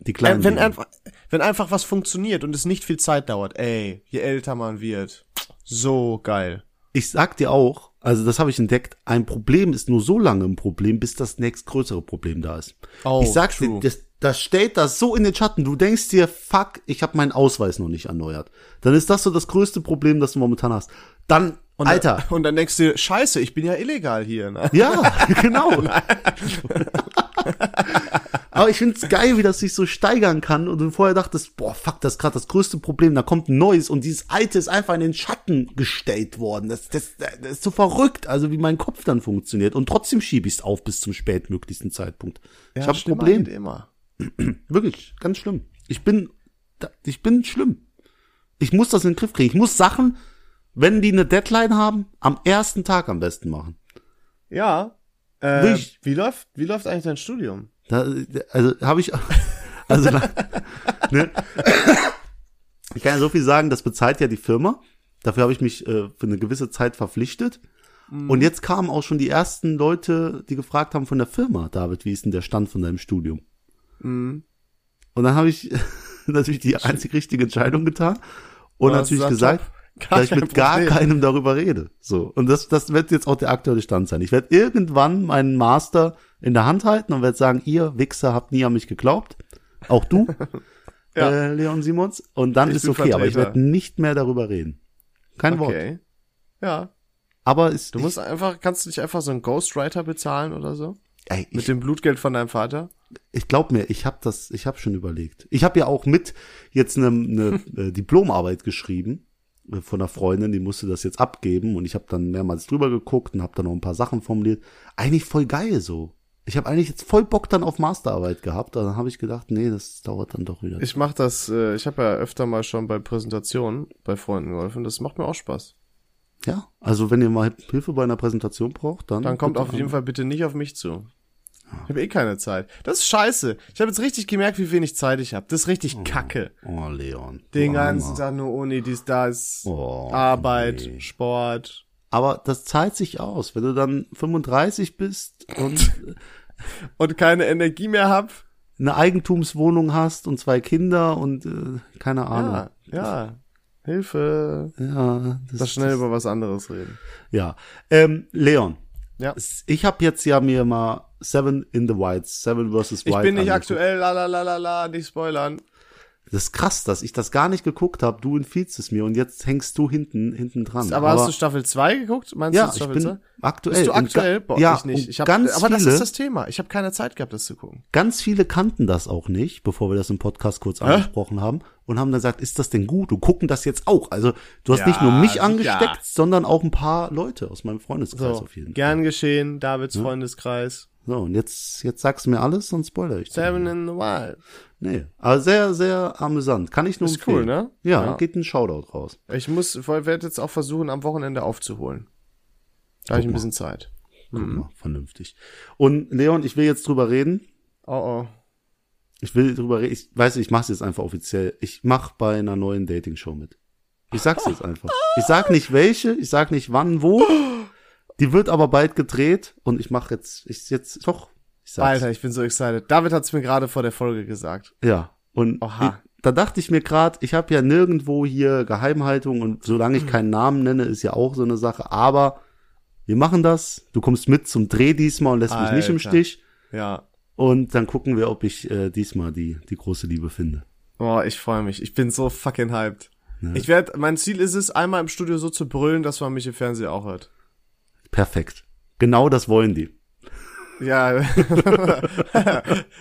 Speaker 2: Die kleinen
Speaker 3: Äh, wenn,
Speaker 2: Dinge.
Speaker 3: einfach, wenn einfach was funktioniert und es nicht viel Zeit dauert, ey, je älter man wird, so geil.
Speaker 2: Ich sag dir auch, also das habe ich entdeckt, ein Problem ist nur so lange ein Problem, bis das nächstgrößere Problem da ist.
Speaker 3: Oh,
Speaker 2: ich sag dir,
Speaker 3: true.
Speaker 2: das, das stellt das so in den Schatten. Du denkst dir, fuck, ich habe meinen Ausweis noch nicht erneuert. Dann ist das so das größte Problem, das du momentan hast. Dann, Alter,
Speaker 3: Und dann denkst du, scheiße, ich bin ja illegal hier. Ne?
Speaker 2: ja, genau. Aber ich find's geil, wie das sich so steigern kann und du vorher dachtest, boah, fuck, das ist gerade das größte Problem, da kommt ein neues und dieses alte ist einfach in den Schatten gestellt worden. Das, das, das ist so verrückt, also wie mein Kopf dann funktioniert und trotzdem schiebe ich's auf bis zum spätmöglichsten Zeitpunkt. ich habe ein
Speaker 3: schlimmer
Speaker 2: Problem,
Speaker 3: geht immer.
Speaker 2: wirklich, ganz schlimm. Ich bin, da- ich bin schlimm. Ich muss das in den Griff kriegen. Ich muss Sachen, wenn die eine Deadline haben, am ersten Tag am besten machen.
Speaker 3: Ja. Äh,
Speaker 2: Nicht.
Speaker 3: wie läuft, wie läuft eigentlich dein Studium?
Speaker 2: Da, also habe ich, also na, ne? ich kann ja so viel sagen, das bezahlt ja die Firma. Dafür habe ich mich äh, für eine gewisse Zeit verpflichtet. Und jetzt kamen auch schon die ersten Leute, die gefragt haben von der Firma, David, wie ist denn der Stand von deinem Studium? Und dann habe ich natürlich die einzig richtige Entscheidung getan und
Speaker 3: Aber das
Speaker 2: natürlich
Speaker 3: ist
Speaker 2: gesagt,
Speaker 3: top. Gar
Speaker 2: dass ich
Speaker 3: kein
Speaker 2: mit gar
Speaker 3: Problem.
Speaker 2: keinem darüber rede. So. Und das, das wird jetzt auch der aktuelle Stand sein. Ich werde irgendwann meinen Master in der Hand halten und werde sagen, ihr Wichser habt nie an mich geglaubt. Auch du,
Speaker 3: Ja.
Speaker 2: äh, Leon Simons. Und dann
Speaker 3: Ich
Speaker 2: ist
Speaker 3: bin
Speaker 2: okay, aber ich
Speaker 3: Vertreter.
Speaker 2: werde nicht mehr darüber reden. Kein Wort.
Speaker 3: Okay. Ja.
Speaker 2: Aber ist,
Speaker 3: Du musst einfach, kannst du nicht einfach so einen Ghostwriter bezahlen oder so?
Speaker 2: ich, ey,
Speaker 3: Mit
Speaker 2: ich,
Speaker 3: dem Blutgeld von deinem Vater?
Speaker 2: ich glaub mir, ich habe das, ich habe schon überlegt. Ich habe ja auch mit jetzt eine, eine äh, Diplomarbeit geschrieben äh, von einer Freundin, die musste das jetzt abgeben und ich habe dann mehrmals drüber geguckt und habe dann noch ein paar Sachen formuliert. Eigentlich voll geil so. Ich habe eigentlich jetzt voll Bock dann auf Masterarbeit gehabt, aber dann habe ich gedacht, nee, das dauert dann doch wieder.
Speaker 3: Ich mach das, äh, ich habe ja öfter mal schon bei Präsentationen bei Freunden geholfen. Das macht mir auch Spaß.
Speaker 2: ja, also wenn ihr mal Hilfe bei einer Präsentation braucht, dann
Speaker 3: Dann kommt auf jeden Fall bitte nicht auf mich zu.
Speaker 2: Ah.
Speaker 3: Ich habe eh keine Zeit. Das ist scheiße. Ich habe jetzt richtig gemerkt, wie wenig Zeit ich habe. Das ist richtig kacke.
Speaker 2: Oh Leon. du
Speaker 3: Den
Speaker 2: Armer.
Speaker 3: ganzen Tag nur Uni, dies, das,
Speaker 2: Oh,
Speaker 3: Arbeit,
Speaker 2: nee.
Speaker 3: Sport.
Speaker 2: Aber das zahlt sich aus, wenn du dann 35 bist und
Speaker 3: Und keine Energie mehr hab.
Speaker 2: eine Eigentumswohnung hast und zwei Kinder und äh, keine Ahnung.
Speaker 3: Ja, ja. Hilfe.
Speaker 2: Ja, das,
Speaker 3: Lass schnell über was anderes reden.
Speaker 2: ja. Ähm, Leon,
Speaker 3: Ja.
Speaker 2: ich habe jetzt ja mir mal Seven in the Whites, Seven versus
Speaker 3: Ich
Speaker 2: White.
Speaker 3: bin nicht
Speaker 2: angeguckt.
Speaker 3: aktuell, la la la la la, nicht spoilern.
Speaker 2: Das ist krass, dass ich das gar nicht geguckt habe. Du empfiehlst es mir und jetzt hängst du hinten hinten dran.
Speaker 3: Aber, hast du Staffel 2 geguckt? Meinst
Speaker 2: ja,
Speaker 3: du
Speaker 2: ich
Speaker 3: Staffel
Speaker 2: bin
Speaker 3: 2?
Speaker 2: aktuell.
Speaker 3: Bist du
Speaker 2: und ga-
Speaker 3: aktuell? Boah,
Speaker 2: ja,
Speaker 3: ich nicht.
Speaker 2: und
Speaker 3: Ich hab,
Speaker 2: ganz
Speaker 3: aber das
Speaker 2: viele-
Speaker 3: ist das Thema. Ich habe keine Zeit gehabt, das zu gucken.
Speaker 2: Ganz viele kannten das auch nicht, bevor wir das im Podcast kurz angesprochen haben und haben dann gesagt, ist das denn gut? Und gucken das jetzt auch. Also du hast
Speaker 3: Ja,
Speaker 2: nicht nur mich
Speaker 3: sicher.
Speaker 2: angesteckt, sondern auch ein paar Leute aus meinem Freundeskreis
Speaker 3: So,
Speaker 2: auf jeden Fall.
Speaker 3: gern geschehen, Davids Freundeskreis.
Speaker 2: So, und jetzt, jetzt sagst du mir alles, sonst spoiler ich. dir.
Speaker 3: Seven in the Wild.
Speaker 2: Nee, aber sehr, sehr amüsant. Kann ich nur
Speaker 3: Ist
Speaker 2: empfehlen.
Speaker 3: cool, ne?
Speaker 2: Ja,
Speaker 3: Ja.
Speaker 2: geht ein Shoutout raus.
Speaker 3: Ich muss, ich werde jetzt auch versuchen, am Wochenende aufzuholen. Da habe ich ein bisschen Zeit.
Speaker 2: Guck
Speaker 3: Mhm.
Speaker 2: mal, vernünftig. Und Leon, ich will jetzt drüber reden.
Speaker 3: Oh, oh.
Speaker 2: Ich will drüber reden. Ich weiß, ich mach's jetzt einfach offiziell. Ich mach bei einer neuen Dating-Show mit. Ich sag's jetzt einfach. Ich sag nicht welche, ich sag nicht wann, wo. Die wird aber bald gedreht und ich mach jetzt, ich jetzt, doch, ich sag's.
Speaker 3: Alter, ich bin so excited. David hat's mir gerade vor der Folge gesagt.
Speaker 2: Ja, und
Speaker 3: Oha.
Speaker 2: i- da dachte ich mir gerade, ich habe ja nirgendwo hier Geheimhaltung und solange ich keinen Namen nenne, ist ja auch so eine Sache, aber wir machen das. Du kommst mit zum Dreh diesmal und lässt mich nicht im
Speaker 3: Alter.
Speaker 2: Stich
Speaker 3: Ja.
Speaker 2: und dann gucken wir, ob ich äh, diesmal die die große Liebe finde.
Speaker 3: Oh, ich freue mich. Ich bin so fucking hyped. Ich werde, mein Ziel ist es, einmal im Studio so zu brüllen, dass man mich im Fernsehen auch hört.
Speaker 2: Perfekt. Genau das wollen die.
Speaker 3: Ja.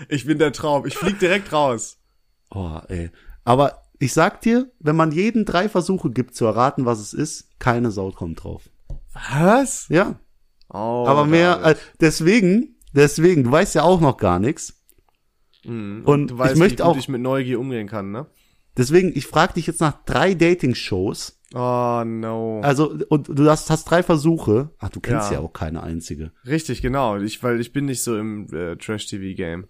Speaker 3: ich bin der Traum. Ich flieg direkt raus.
Speaker 2: Oh, ey. Aber ich sag dir, wenn man jeden drei Versuche gibt zu erraten, was es ist, keine Sau kommt drauf.
Speaker 3: Was?
Speaker 2: Ja,
Speaker 3: Oh,
Speaker 2: aber mehr
Speaker 3: David.
Speaker 2: äh, deswegen, deswegen, du weißt ja auch noch gar nichts. und
Speaker 3: Mhm. Du weißt,
Speaker 2: ich möchte
Speaker 3: wie gut
Speaker 2: auch
Speaker 3: ich mit Neugier umgehen kann, ne?
Speaker 2: Deswegen, ich frage dich jetzt nach drei Dating-Shows.
Speaker 3: Oh, no.
Speaker 2: Also, und du hast, hast drei Versuche. Ach, du kennst ja,
Speaker 3: Ja.
Speaker 2: auch keine einzige.
Speaker 3: Richtig, genau. Ich, weil ich bin nicht so im äh, Trash-TV-Game.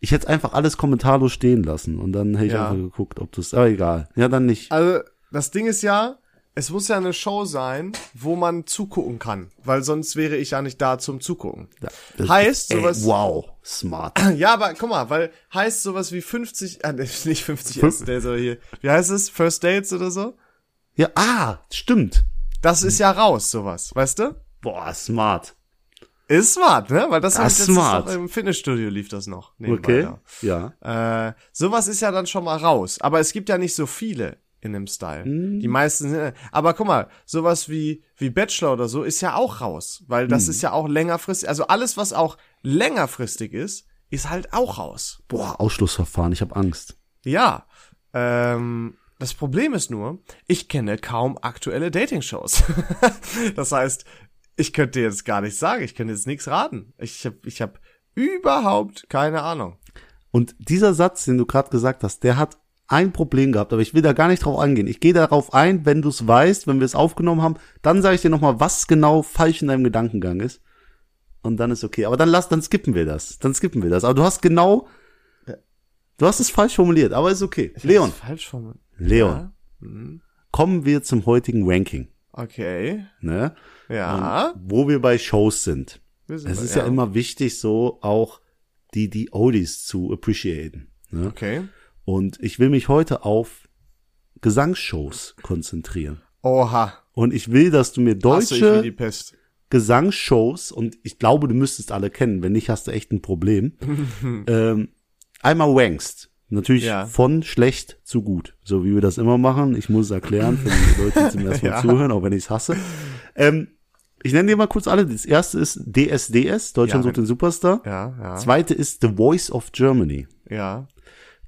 Speaker 2: Ich hätte einfach alles kommentarlos stehen lassen und dann hätte ich
Speaker 3: Ja.
Speaker 2: einfach geguckt, ob das. Aber egal. Ja, dann nicht.
Speaker 3: Also, das Ding ist ja, es muss ja eine Show sein, wo man zugucken kann. Weil sonst wäre ich ja nicht da zum Zugucken.
Speaker 2: Das-
Speaker 3: heißt
Speaker 2: ey,
Speaker 3: sowas-
Speaker 2: Wow, smart.
Speaker 3: Ja, aber guck mal, weil heißt sowas wie 50, ah, nee, nicht 50 erste Dates, aber hier, wie heißt es? First Dates oder so?
Speaker 2: Ja, ah, stimmt.
Speaker 3: Das ist ja raus, sowas, weißt du?
Speaker 2: Boah, smart.
Speaker 3: Ist smart, ne? Weil das, hab
Speaker 2: Das
Speaker 3: ich
Speaker 2: ist
Speaker 3: letztens
Speaker 2: smart.
Speaker 3: Noch Im Fitnessstudio lief das noch. nebenbei
Speaker 2: Okay.
Speaker 3: da.
Speaker 2: Ja.
Speaker 3: Äh, sowas ist ja dann schon mal raus. Aber es gibt ja nicht so viele in dem Style.
Speaker 2: Mhm.
Speaker 3: Die meisten sind. äh, Aber guck mal, sowas wie, wie Bachelor oder so ist ja auch raus. Weil das
Speaker 2: Mhm.
Speaker 3: ist ja auch längerfristig. Also alles, was auch längerfristig ist, ist halt auch raus.
Speaker 2: Boah, Ausschlussverfahren, ich habe Angst.
Speaker 3: Ja. Ähm, das Problem ist nur, ich kenne kaum aktuelle Dating-Shows. das heißt, ich könnte dir jetzt gar nichts sagen. Ich könnte jetzt nichts raten. Ich habe ich hab überhaupt keine Ahnung.
Speaker 2: Und dieser Satz, den du gerade gesagt hast, der hat ein Problem gehabt, aber ich will da gar nicht drauf eingehen. Ich gehe darauf ein, wenn du es weißt, wenn wir es aufgenommen haben, dann sage ich dir nochmal, was genau falsch in deinem Gedankengang ist. Und dann ist okay. Aber dann lass, dann skippen wir das. Dann skippen wir das. Aber du hast genau, du hast es falsch formuliert, aber ist okay. Leon,
Speaker 3: Das ist falsch formuliert.
Speaker 2: Leon,
Speaker 3: Ja?
Speaker 2: kommen wir zum heutigen Ranking,
Speaker 3: Okay.
Speaker 2: ne?
Speaker 3: Ja.
Speaker 2: Wo wir bei Shows sind.
Speaker 3: Wir sind
Speaker 2: Es
Speaker 3: bei-
Speaker 2: ist ja immer wichtig, so auch die, die Oldies zu appreciaten, ne?
Speaker 3: Okay.
Speaker 2: Und ich will mich heute auf Gesangsshows konzentrieren.
Speaker 3: Oha.
Speaker 2: Und ich will, dass du mir
Speaker 3: Hasse ich wie die
Speaker 2: deutsche
Speaker 3: Pest.
Speaker 2: Gesangsshows, und ich glaube, du müsstest alle kennen, wenn nicht, hast du echt ein Problem, ähm, einmal wankst. Natürlich
Speaker 3: Ja.
Speaker 2: von schlecht zu gut. So wie wir das immer machen. Ich muss es erklären für die Leute, die zum ersten Mal zuhören, auch wenn ich es hasse. Ähm, ich nenne dir mal kurz alle. Das erste ist DSDS, Deutschland
Speaker 3: Ja,
Speaker 2: sucht den Superstar.
Speaker 3: Ja, ja.
Speaker 2: Zweite ist The Voice of Germany.
Speaker 3: Ja.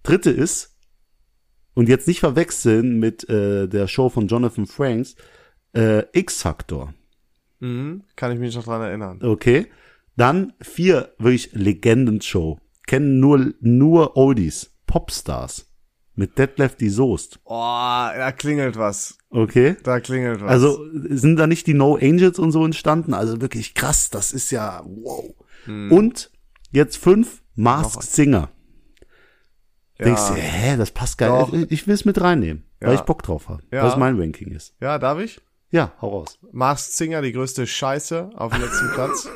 Speaker 2: Dritte ist, und jetzt nicht verwechseln mit äh, der Show von Jonathan Franks, äh, X-Factor.
Speaker 3: Mhm. Kann ich mich noch dran erinnern.
Speaker 2: Okay. Dann vier, wirklich Legenden-Show. Kennen nur, nur Oldies, Popstars. Mit Detlef die Soest.
Speaker 3: Oh, da klingelt was.
Speaker 2: Okay.
Speaker 3: Da klingelt was.
Speaker 2: Also sind da nicht die No Angels und so entstanden? Also wirklich krass, das ist ja wow. Und jetzt fünf Masked Singer. Denkst du, hä, das passt geil.
Speaker 3: Doch.
Speaker 2: Ich, ich will es mit reinnehmen, weil
Speaker 3: Ja.
Speaker 2: ich Bock drauf habe,
Speaker 3: Ja.
Speaker 2: weil es mein Ranking ist.
Speaker 3: ja, darf ich?
Speaker 2: Ja, hau raus.
Speaker 3: Masked Singer, die größte Scheiße auf dem letzten Platz.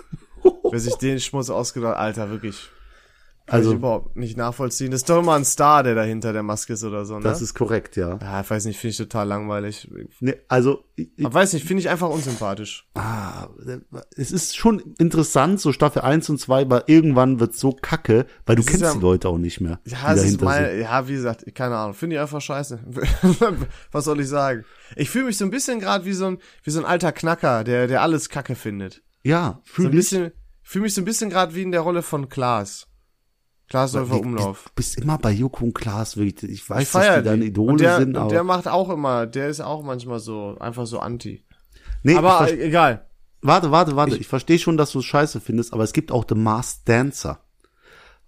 Speaker 3: Wer sich den Schmutz ausgedacht Alter, wirklich. Kann also,
Speaker 2: Also-
Speaker 3: ich überhaupt nicht nachvollziehen. Das ist doch immer ein Star, der dahinter der Maske ist oder so, ne?
Speaker 2: Das ist korrekt, ja.
Speaker 3: ja, ich weiß nicht, finde ich total langweilig.
Speaker 2: Ne, also, ich, ich, ah,
Speaker 3: Aber weiß nicht, finde ich einfach unsympathisch.
Speaker 2: es ist schon interessant, so Staffel 1 und 2, weil irgendwann wird so kacke, weil du
Speaker 3: ist
Speaker 2: kennst
Speaker 3: ja-
Speaker 2: die Leute auch nicht mehr.
Speaker 3: Ja,
Speaker 2: die
Speaker 3: es ist
Speaker 2: dahinter sind.
Speaker 3: mal, ja, wie gesagt, keine Ahnung, finde ich einfach scheiße. Was soll ich sagen? Ich fühle mich so ein bisschen gerade wie so ein wie so ein alter Knacker, der der alles Kacke findet.
Speaker 2: Ja,
Speaker 3: So
Speaker 2: fühl
Speaker 3: ein
Speaker 2: dich.
Speaker 3: bisschen fühle mich so ein bisschen gerade wie in der Rolle von Klaas. Klaas Läufer Umlauf.
Speaker 2: Du bist immer bei Joko und Klaas, wirklich. Ich weiß,
Speaker 3: Ich
Speaker 2: dass
Speaker 3: feier
Speaker 2: die deine
Speaker 3: die.
Speaker 2: Idole
Speaker 3: und der,
Speaker 2: sind,
Speaker 3: und der
Speaker 2: aber.
Speaker 3: macht auch immer, der ist auch manchmal so einfach so anti.
Speaker 2: Nee, ich
Speaker 3: Aber
Speaker 2: verste-
Speaker 3: äh, egal.
Speaker 2: Warte, warte, warte. Ich, verstehe schon, dass du es scheiße findest, aber es gibt auch The Masked Dancer.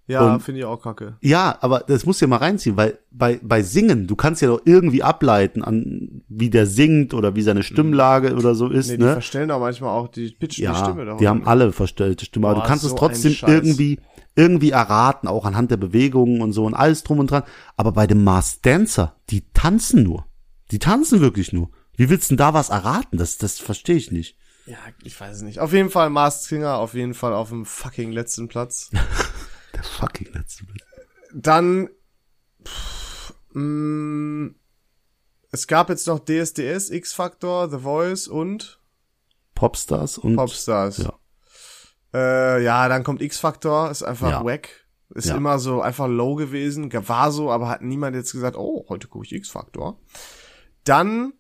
Speaker 3: Ja, finde ich auch kacke.
Speaker 2: Ja, aber das musst du dir mal reinziehen, weil bei, bei Singen, du kannst ja doch irgendwie ableiten, an, wie der singt oder wie seine Stimmlage oder so ist.
Speaker 3: Hm. Nee, die
Speaker 2: ne?
Speaker 3: verstellen auch manchmal auch, die pitchen
Speaker 2: ja,
Speaker 3: die Stimme da
Speaker 2: die haben
Speaker 3: hoch.
Speaker 2: alle verstellte Stimme, aber
Speaker 3: Boah,
Speaker 2: du kannst
Speaker 3: so
Speaker 2: es
Speaker 3: ein
Speaker 2: trotzdem
Speaker 3: Scheiß.
Speaker 2: irgendwie irgendwie erraten, auch anhand der Bewegungen und so und alles drum und dran. Aber bei dem Mars Dancer, die tanzen nur, die tanzen wirklich nur. Wie willst du denn da was erraten? Das das verstehe ich nicht.
Speaker 3: Ja, ich weiß es nicht. Auf jeden Fall Mars Singer, auf jeden Fall auf dem fucking letzten Platz.
Speaker 2: Der fucking letzte. Bild.
Speaker 3: Dann, pff, mh, es gab jetzt noch DSDS, X-Factor, The Voice und
Speaker 2: Popstars und
Speaker 3: Popstars.
Speaker 2: Ja.
Speaker 3: Äh, ja, dann kommt X-Factor, ist einfach
Speaker 2: Ja.
Speaker 3: wack. Ist
Speaker 2: Ja.
Speaker 3: immer so einfach low gewesen, ge- war so, aber hat niemand jetzt gesagt, oh, heute gucke ich X-Factor. Dann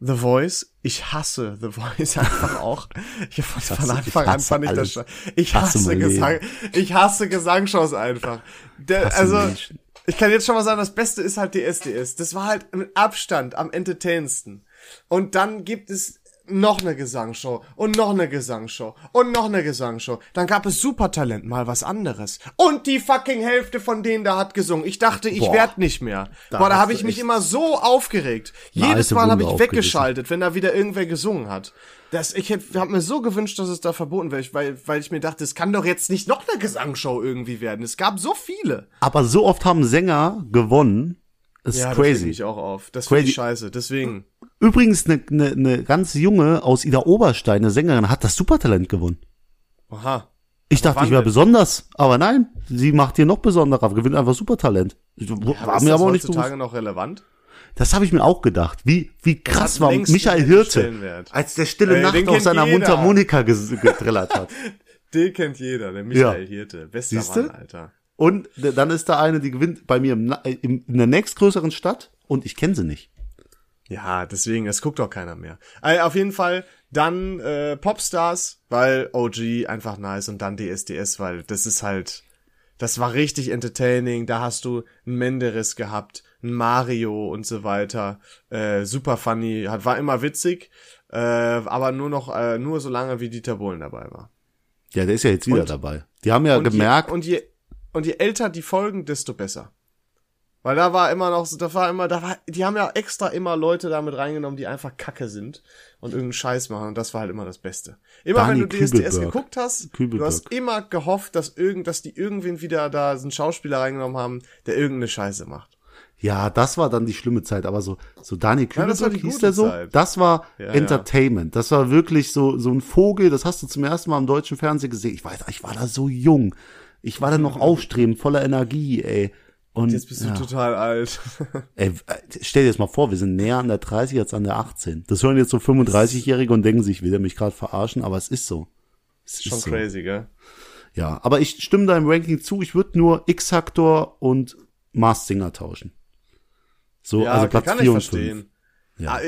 Speaker 3: The Voice. Ich hasse The Voice einfach auch. Ich fand von
Speaker 2: hasse- ich
Speaker 3: Anfang an
Speaker 2: hasse
Speaker 3: fand ich das
Speaker 2: alles.
Speaker 3: schon. Ich
Speaker 2: Hasse
Speaker 3: hasse
Speaker 2: mein Leben.
Speaker 3: Gesang. Ich hasse Gesangsshows einfach. Der,
Speaker 2: Hasse
Speaker 3: also,
Speaker 2: Menschen.
Speaker 3: ich kann jetzt schon mal sagen, das Beste ist halt DSDS. Das war halt mit Abstand am entertainendsten. Und dann gibt es noch eine Gesangsshow und noch eine Gesangsshow und noch eine Gesangsshow. Dann gab es Supertalent, mal was anderes. Und die fucking Hälfte von denen da hat gesungen. Ich dachte, ich
Speaker 2: Boah.
Speaker 3: werd nicht mehr.
Speaker 2: Da
Speaker 3: Boah, da
Speaker 2: hast
Speaker 3: habe
Speaker 2: du
Speaker 3: ich mich
Speaker 2: echt-
Speaker 3: immer so aufgeregt.
Speaker 2: Eine
Speaker 3: Jedes
Speaker 2: alte
Speaker 3: Mal habe
Speaker 2: Wunde
Speaker 3: ich
Speaker 2: aufgerissen.
Speaker 3: weggeschaltet, wenn da wieder irgendwer gesungen hat. Das, ich habe mir so gewünscht, dass es da verboten wäre, ich- weil, weil ich mir dachte, es kann doch jetzt nicht noch eine Gesangsshow irgendwie werden. Es gab so viele.
Speaker 2: Aber so oft haben Sänger gewonnen. Das ist
Speaker 3: Ja, das regt
Speaker 2: crazy.
Speaker 3: mich auch auf. Das finde ich
Speaker 2: Crazy.
Speaker 3: scheiße. Deswegen.
Speaker 2: Übrigens, eine ne, ne ganz junge aus Ida Oberstein, eine Sängerin, hat das Supertalent gewonnen.
Speaker 3: Aha.
Speaker 2: Ich dachte, ich wäre besonders, aber nein, sie macht dir noch besonderer, gewinnt einfach Supertalent. war
Speaker 3: ist
Speaker 2: mir
Speaker 3: das
Speaker 2: aber auch nicht
Speaker 3: heutzutage
Speaker 2: bewusst.
Speaker 3: noch relevant?
Speaker 2: Das habe ich mir auch gedacht. Wie, wie krass
Speaker 3: hat
Speaker 2: war
Speaker 3: längst
Speaker 2: Michael
Speaker 3: einen
Speaker 2: Hirte,
Speaker 3: Stellenwert.
Speaker 2: als der stille
Speaker 3: Ey, den
Speaker 2: Nacht auf
Speaker 3: kennt
Speaker 2: seiner
Speaker 3: jeder.
Speaker 2: Mundharmonika ges- getrillert hat.
Speaker 3: Den kennt jeder, der Michael
Speaker 2: Ja.
Speaker 3: Hirte. Bester
Speaker 2: Siehste?
Speaker 3: Mann, Alter.
Speaker 2: Und äh, dann ist da eine, die gewinnt bei mir im, Na- äh, im, in der nächstgrößeren Stadt und ich kenne sie nicht.
Speaker 3: Ja, deswegen, es guckt doch keiner mehr. Äh, auf jeden Fall dann äh, Popstars, weil OG einfach nice und dann DSDS, weil das ist halt, das war richtig entertaining. Da hast du einen Menderes gehabt, einen Mario und so weiter. Äh, super funny, hat, war immer witzig, äh, aber nur noch, äh, nur so lange wie Dieter Bohlen dabei war.
Speaker 2: Ja, der ist ja jetzt wieder dabei. Die haben ja gemerkt,
Speaker 3: Je, und, je, und je älter die Folgen, desto besser. Weil da war immer noch so, da war immer, da war, die haben ja extra immer Leute damit reingenommen, die einfach Kacke sind und irgendeinen Scheiß machen und das war halt immer das Beste. Immer
Speaker 2: Dani
Speaker 3: wenn du DSDS
Speaker 2: Kübelberg.
Speaker 3: geguckt hast, du
Speaker 2: Kübelberg.
Speaker 3: hast immer gehofft, dass irgend, dass die irgendwen wieder da einen Schauspieler reingenommen haben, der irgendeine Scheiße macht.
Speaker 2: Ja, das war dann die schlimme Zeit, aber so, so Daniel
Speaker 3: Ja, das war
Speaker 2: Kübelberg
Speaker 3: die
Speaker 2: hieß
Speaker 3: gute
Speaker 2: der so,
Speaker 3: Zeit.
Speaker 2: das war
Speaker 3: Ja,
Speaker 2: Entertainment. Das war wirklich so, so ein Vogel, das hast du zum ersten Mal im deutschen Fernsehen gesehen. Ich weiß, ich war da so jung. Ich war da noch aufstrebend, voller Energie, ey. Und
Speaker 3: Jetzt bist
Speaker 2: ja,
Speaker 3: du total alt.
Speaker 2: ey, äh, stell dir jetzt mal vor, wir sind näher an der 30 als an der 18. Das hören jetzt so 35-Jährige und denken sich, will der mich gerade verarschen, aber es ist so. Es
Speaker 3: Schon
Speaker 2: so.
Speaker 3: crazy, gell?
Speaker 2: Ja, aber ich stimme deinem Ranking zu. Ich würde nur X-Factor und Mars Singer tauschen. So,
Speaker 3: Ja,
Speaker 2: also
Speaker 3: okay,
Speaker 2: Platz
Speaker 3: kann ich
Speaker 2: 4 und 5.
Speaker 3: verstehen. Ja.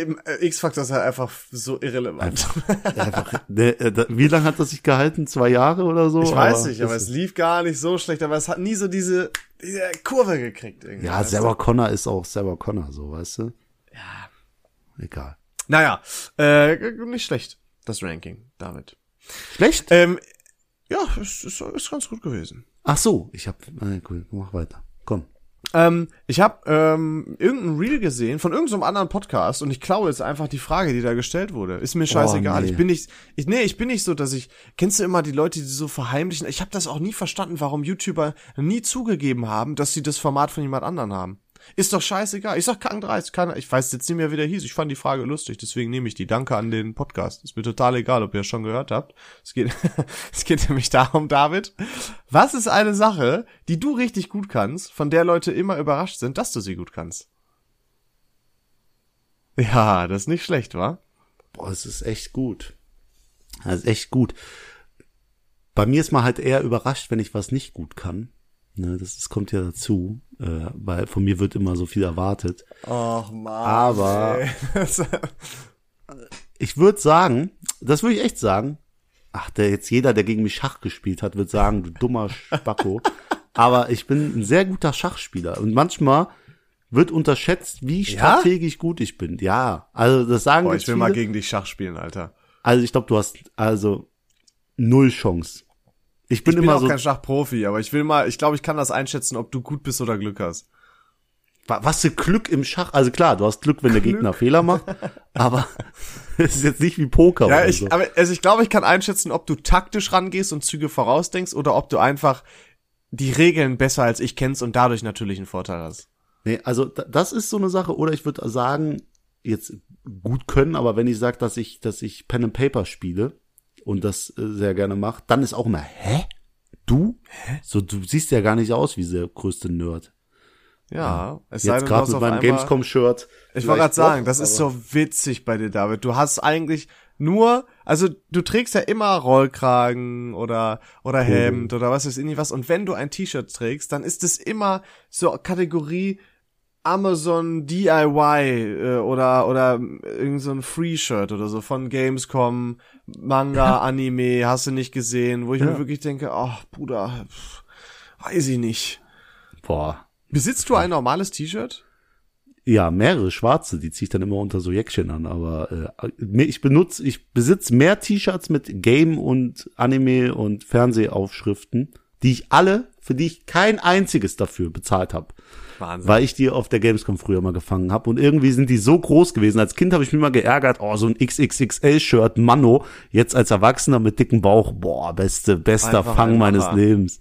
Speaker 3: X-Factor ist halt einfach so irrelevant.
Speaker 2: Einfach, ne, äh, da- wie lange hat das sich gehalten? Zwei Jahre oder so?
Speaker 3: Ich weiß nicht, aber
Speaker 2: das-
Speaker 3: es lief gar nicht so schlecht, aber es hat nie so diese, diese Kurve gekriegt irgendwie.
Speaker 2: Ja, Sarah Connor ist auch Sarah Connor, so, weißt du? Ja. Egal.
Speaker 3: Naja, äh, nicht schlecht, das Ranking, David.
Speaker 2: Schlecht?
Speaker 3: Ähm, ja, es ist, ist ganz gut gewesen.
Speaker 2: Ach so, ich hab, na cool, mach weiter. Komm.
Speaker 3: Ähm, ich habe ähm, irgendein Reel gesehen von irgendeinem anderen Podcast und ich klaue jetzt einfach die Frage, die da gestellt wurde. Ist mir scheißegal.
Speaker 2: Oh, nee.
Speaker 3: Ich bin nicht, ich, nee, ich bin nicht so, dass ich. Kennst du immer die Leute, die so verheimlichen? Ich habe das auch nie verstanden, warum YouTuber nie zugegeben haben, dass sie das Format von jemand anderen haben. Ist doch scheißegal. Ich sag Kacken 30, keiner, ich weiß jetzt nicht mehr, wie der hieß. Ich fand die Frage lustig, deswegen nehme ich die. Danke an den Podcast. Ist mir total egal, ob ihr es schon gehört habt. Es geht, es geht nämlich darum, David. Was ist eine Sache, die du richtig gut kannst, von der Leute immer überrascht sind, dass du sie gut kannst? Ja, das ist nicht schlecht, wa?
Speaker 2: Boah, es ist echt gut. Das ist echt gut. Bei mir ist man halt eher überrascht, wenn ich was nicht gut kann. Ne, das, das kommt ja dazu, äh, weil von mir wird immer so viel erwartet.
Speaker 3: Och, Mann.
Speaker 2: Aber ich würde sagen, das würde ich echt sagen. Ach, der jetzt jeder, der gegen mich Schach gespielt hat, wird sagen, du dummer Spacko. Aber ich bin ein sehr guter Schachspieler und manchmal wird unterschätzt, wie strategisch gut ich bin. Ja, also das sagen
Speaker 3: Boah,
Speaker 2: jetzt
Speaker 3: ich will
Speaker 2: viele.
Speaker 3: mal gegen dich Schach spielen, Alter.
Speaker 2: Also ich glaube, du hast also null Chance. Ich bin
Speaker 3: Ich bin
Speaker 2: immer
Speaker 3: auch
Speaker 2: so.
Speaker 3: kein Schachprofi, aber ich will mal, ich glaube, ich kann das einschätzen, ob du gut bist oder Glück hast.
Speaker 2: Wa- Was für Glück im Schach. Also klar, du hast Glück, wenn der Gegner Fehler macht, aber es ist jetzt nicht wie Poker.
Speaker 3: Ja,
Speaker 2: oder
Speaker 3: ich,
Speaker 2: so.
Speaker 3: aber, also ich glaube, ich kann einschätzen, ob du taktisch rangehst und Züge vorausdenkst oder ob du einfach die Regeln besser als ich kennst und dadurch natürlich einen Vorteil hast.
Speaker 2: Nee, also da- das ist so eine Sache, oder ich würde sagen, jetzt gut können, aber wenn ich sage, dass ich, dass ich Pen and Paper spiele und das äh, sehr gerne mache, dann ist auch immer, hä? Du? So, du siehst ja gar nicht aus wie der größte Nerd.
Speaker 3: Ja, es sei denn,
Speaker 2: Jetzt
Speaker 3: du
Speaker 2: gerade
Speaker 3: hast
Speaker 2: mit
Speaker 3: auf
Speaker 2: meinem
Speaker 3: einmal-
Speaker 2: Gamescom-Shirt.
Speaker 3: Ich
Speaker 2: Vielleicht
Speaker 3: wollte gerade sagen,
Speaker 2: doch,
Speaker 3: das ist
Speaker 2: aber-
Speaker 3: so witzig bei dir, David. Du hast eigentlich nur, also du trägst ja immer Rollkragen oder oder Hemd oder was weiß ich nicht was. Und wenn du ein T-Shirt trägst, dann ist es immer so Kategorie Amazon DIY äh, oder oder irgend so ein Free-Shirt oder so von Gamescom, Manga, Anime, hast du nicht gesehen, wo ich mir wirklich denke, ach Bruder, pff, weiß ich nicht.
Speaker 2: Boah.
Speaker 3: Besitzt du ein normales T-Shirt?
Speaker 2: Ja, mehrere schwarze, die zieh ich dann immer unter so Jäckchen an, aber äh, mir- ich benutze, ich besitze mehr T-Shirts mit Game und Anime und Fernsehaufschriften, die ich alle, für die ich kein einziges dafür bezahlt habe.
Speaker 3: Wahnsinn.
Speaker 2: weil ich die auf der Gamescom früher mal gefangen habe und irgendwie sind die so groß gewesen. Als Kind habe ich mich mal geärgert, oh, so ein XXXL-Shirt, Manno. Jetzt als Erwachsener mit dicken Bauch, boah, beste, bester
Speaker 3: Einfach
Speaker 2: Fang
Speaker 3: ein
Speaker 2: meines
Speaker 3: Macher.
Speaker 2: Lebens.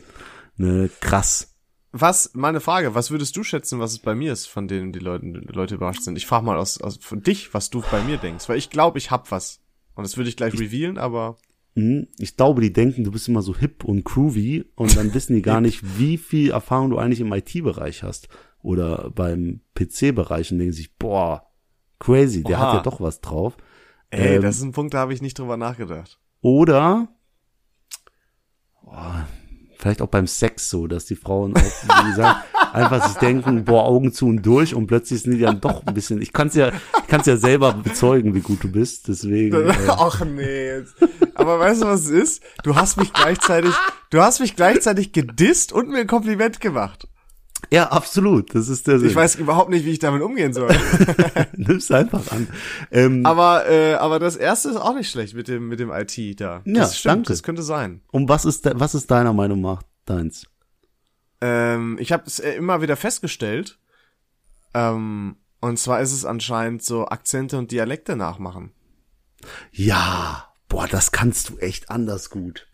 Speaker 2: Ne, krass.
Speaker 3: Was, meine Frage, was würdest du schätzen, was es bei mir ist, von denen die Leute, die Leute überrascht sind? Ich frage mal aus, aus von dich, was du bei mir denkst, weil ich glaube, ich hab was. Und das würde ich gleich revealen, aber
Speaker 2: Hm, Ich glaube, die denken, du bist immer so hip und groovy und dann wissen die gar nicht, wie viel Erfahrung du eigentlich im IT-Bereich hast oder beim PC-Bereich und denken sich, boah, crazy, der
Speaker 3: Oha.
Speaker 2: hat ja doch was drauf.
Speaker 3: ey,
Speaker 2: Ähm.
Speaker 3: das ist ein Punkt, da habe ich nicht drüber nachgedacht.
Speaker 2: Oder boah, vielleicht auch beim Sex so, dass die Frauen auch, wie gesagt, einfach sich denken, boah, Augen zu und durch und plötzlich sind die dann doch ein bisschen. Ich kann es ja, ich kann's ja selber bezeugen, wie gut du bist. Deswegen. Äh,
Speaker 3: Ach nee. jetzt. Aber weißt du, was es ist? Du hast mich gleichzeitig, du hast mich gleichzeitig gedisst und mir ein Kompliment gemacht.
Speaker 2: ja, absolut. Das ist der Sinn.
Speaker 3: Ich weiß überhaupt nicht, wie ich damit umgehen soll.
Speaker 2: Nimm's einfach an. Ähm,
Speaker 3: Aber, äh, aber das erste ist auch nicht schlecht mit dem, mit dem IT da.
Speaker 2: Ja,
Speaker 3: das stimmt,
Speaker 2: danke.
Speaker 3: das könnte sein.
Speaker 2: und was ist, de- was ist deiner Meinung nach deins?
Speaker 3: Ähm, ich habe es äh, immer wieder festgestellt. Ähm, und zwar ist es anscheinend so Akzente und Dialekte nachmachen.
Speaker 2: Ja, boah, das kannst du echt anders gut.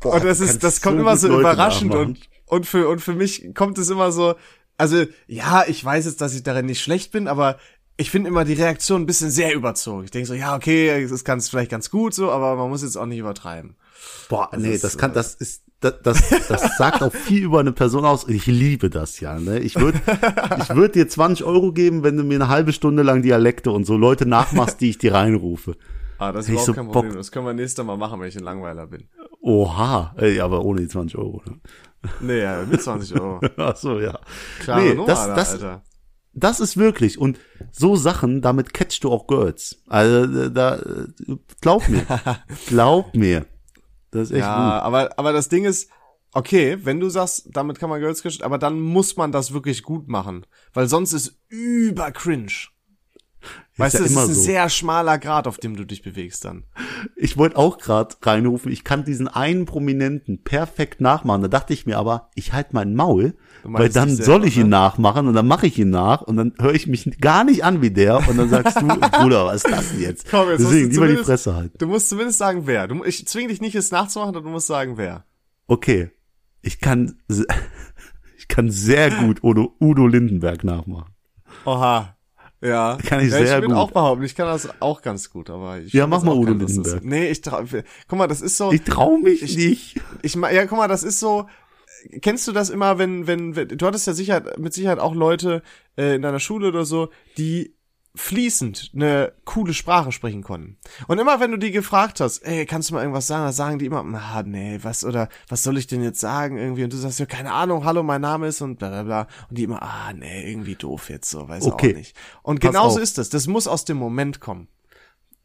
Speaker 2: Boah,
Speaker 3: Und das
Speaker 2: du
Speaker 3: ist,
Speaker 2: kannst
Speaker 3: das kommt immer
Speaker 2: gut
Speaker 3: so
Speaker 2: Leute
Speaker 3: überraschend
Speaker 2: nachmachen.
Speaker 3: und, und für, und für mich kommt es immer so, also, ja, ich weiß jetzt, dass ich darin nicht schlecht bin, aber ich finde immer die Reaktion ein bisschen sehr überzogen. Ich denke so, ja, okay, das kann vielleicht ganz gut so, aber man muss jetzt auch nicht übertreiben.
Speaker 2: Boah, nee,
Speaker 3: ist, äh,
Speaker 2: das kann, das ist, das, das, das sagt auch viel über eine Person aus. Ich liebe das ja, ne? Ich würde, ich würde dir 20 Euro geben, wenn du mir eine halbe Stunde lang Dialekte und so Leute nachmachst, die ich dir reinrufe.
Speaker 3: Ah, das ist
Speaker 2: Hätte
Speaker 3: überhaupt
Speaker 2: ich so
Speaker 3: kein
Speaker 2: Bock.
Speaker 3: Problem. Das können wir nächstes Mal machen, wenn ich ein Langweiler bin.
Speaker 2: Oha, ey, aber ohne die 20 Euro. Ne?
Speaker 3: Nee, ja, mit 20 Euro.
Speaker 2: Ach so, ja.
Speaker 3: Klare
Speaker 2: nee,
Speaker 3: Nummer,
Speaker 2: das,
Speaker 3: da,
Speaker 2: das,
Speaker 3: Alter.
Speaker 2: das ist wirklich und so Sachen, damit catchst du auch Girls. Also da, äh, glaub mir, glaub mir, das ist echt gut.
Speaker 3: Ja, aber, aber das Ding ist, okay, wenn du sagst, damit kann man Girls Crush, aber dann muss man das wirklich gut machen. Weil sonst ist über cringe. weißt
Speaker 2: ja
Speaker 3: du, es ist
Speaker 2: immer
Speaker 3: ein
Speaker 2: so.
Speaker 3: sehr schmaler Grad, auf dem du dich bewegst dann.
Speaker 2: Ich wollte auch gerade reinrufen, ich kann diesen einen Prominenten perfekt nachmachen. Da dachte ich mir aber, ich halte mein Maul,
Speaker 3: meinst
Speaker 2: weil dann
Speaker 3: dich selber, ne?
Speaker 2: soll ich ihn nachmachen und dann mache ich ihn nach und dann höre ich mich gar nicht an wie der und dann sagst du, Bruder, was ist das denn jetzt?
Speaker 3: Komm, jetzt musst
Speaker 2: Deswegen
Speaker 3: du
Speaker 2: lieber die
Speaker 3: zumindest-
Speaker 2: Fresse halten.
Speaker 3: Du musst zumindest sagen, wer. Du, ich zwing dich nicht, es nachzumachen, aber du musst sagen, wer.
Speaker 2: Okay, ich kann, se- ich kann sehr gut Udo, Udo Lindenberg nachmachen.
Speaker 3: Oha. Ja.
Speaker 2: Kann ich
Speaker 3: ja,
Speaker 2: sehr
Speaker 3: ich bin
Speaker 2: gut.
Speaker 3: auch behaupten, ich kann das auch ganz gut, aber ich
Speaker 2: Ja,
Speaker 3: bin
Speaker 2: mach
Speaker 3: jetzt
Speaker 2: mal
Speaker 3: auch
Speaker 2: Udo
Speaker 3: kein- das ist-
Speaker 2: Lindenberg.
Speaker 3: Nee, ich trau, guck mal, das ist so,
Speaker 2: Ich traue mich
Speaker 3: Ich-
Speaker 2: nicht.
Speaker 3: Ich meine, ja, guck mal, das ist so. Kennst du das immer, wenn, wenn, wenn du hattest ja sicher, mit Sicherheit auch Leute äh, in deiner Schule oder so, die fließend eine coole Sprache sprechen konnten. Und immer wenn du die gefragt hast, ey, kannst du mal irgendwas sagen, dann sagen die immer, na, nee, was oder was soll ich denn jetzt sagen irgendwie? Und du sagst, ja, keine Ahnung, hallo, mein Name ist und bla bla bla. Und die immer, ah, nee, irgendwie doof jetzt so, weiß
Speaker 2: Okay.
Speaker 3: auch nicht. Und
Speaker 2: Pass
Speaker 3: genauso
Speaker 2: auf.
Speaker 3: ist das. Das muss aus dem Moment kommen.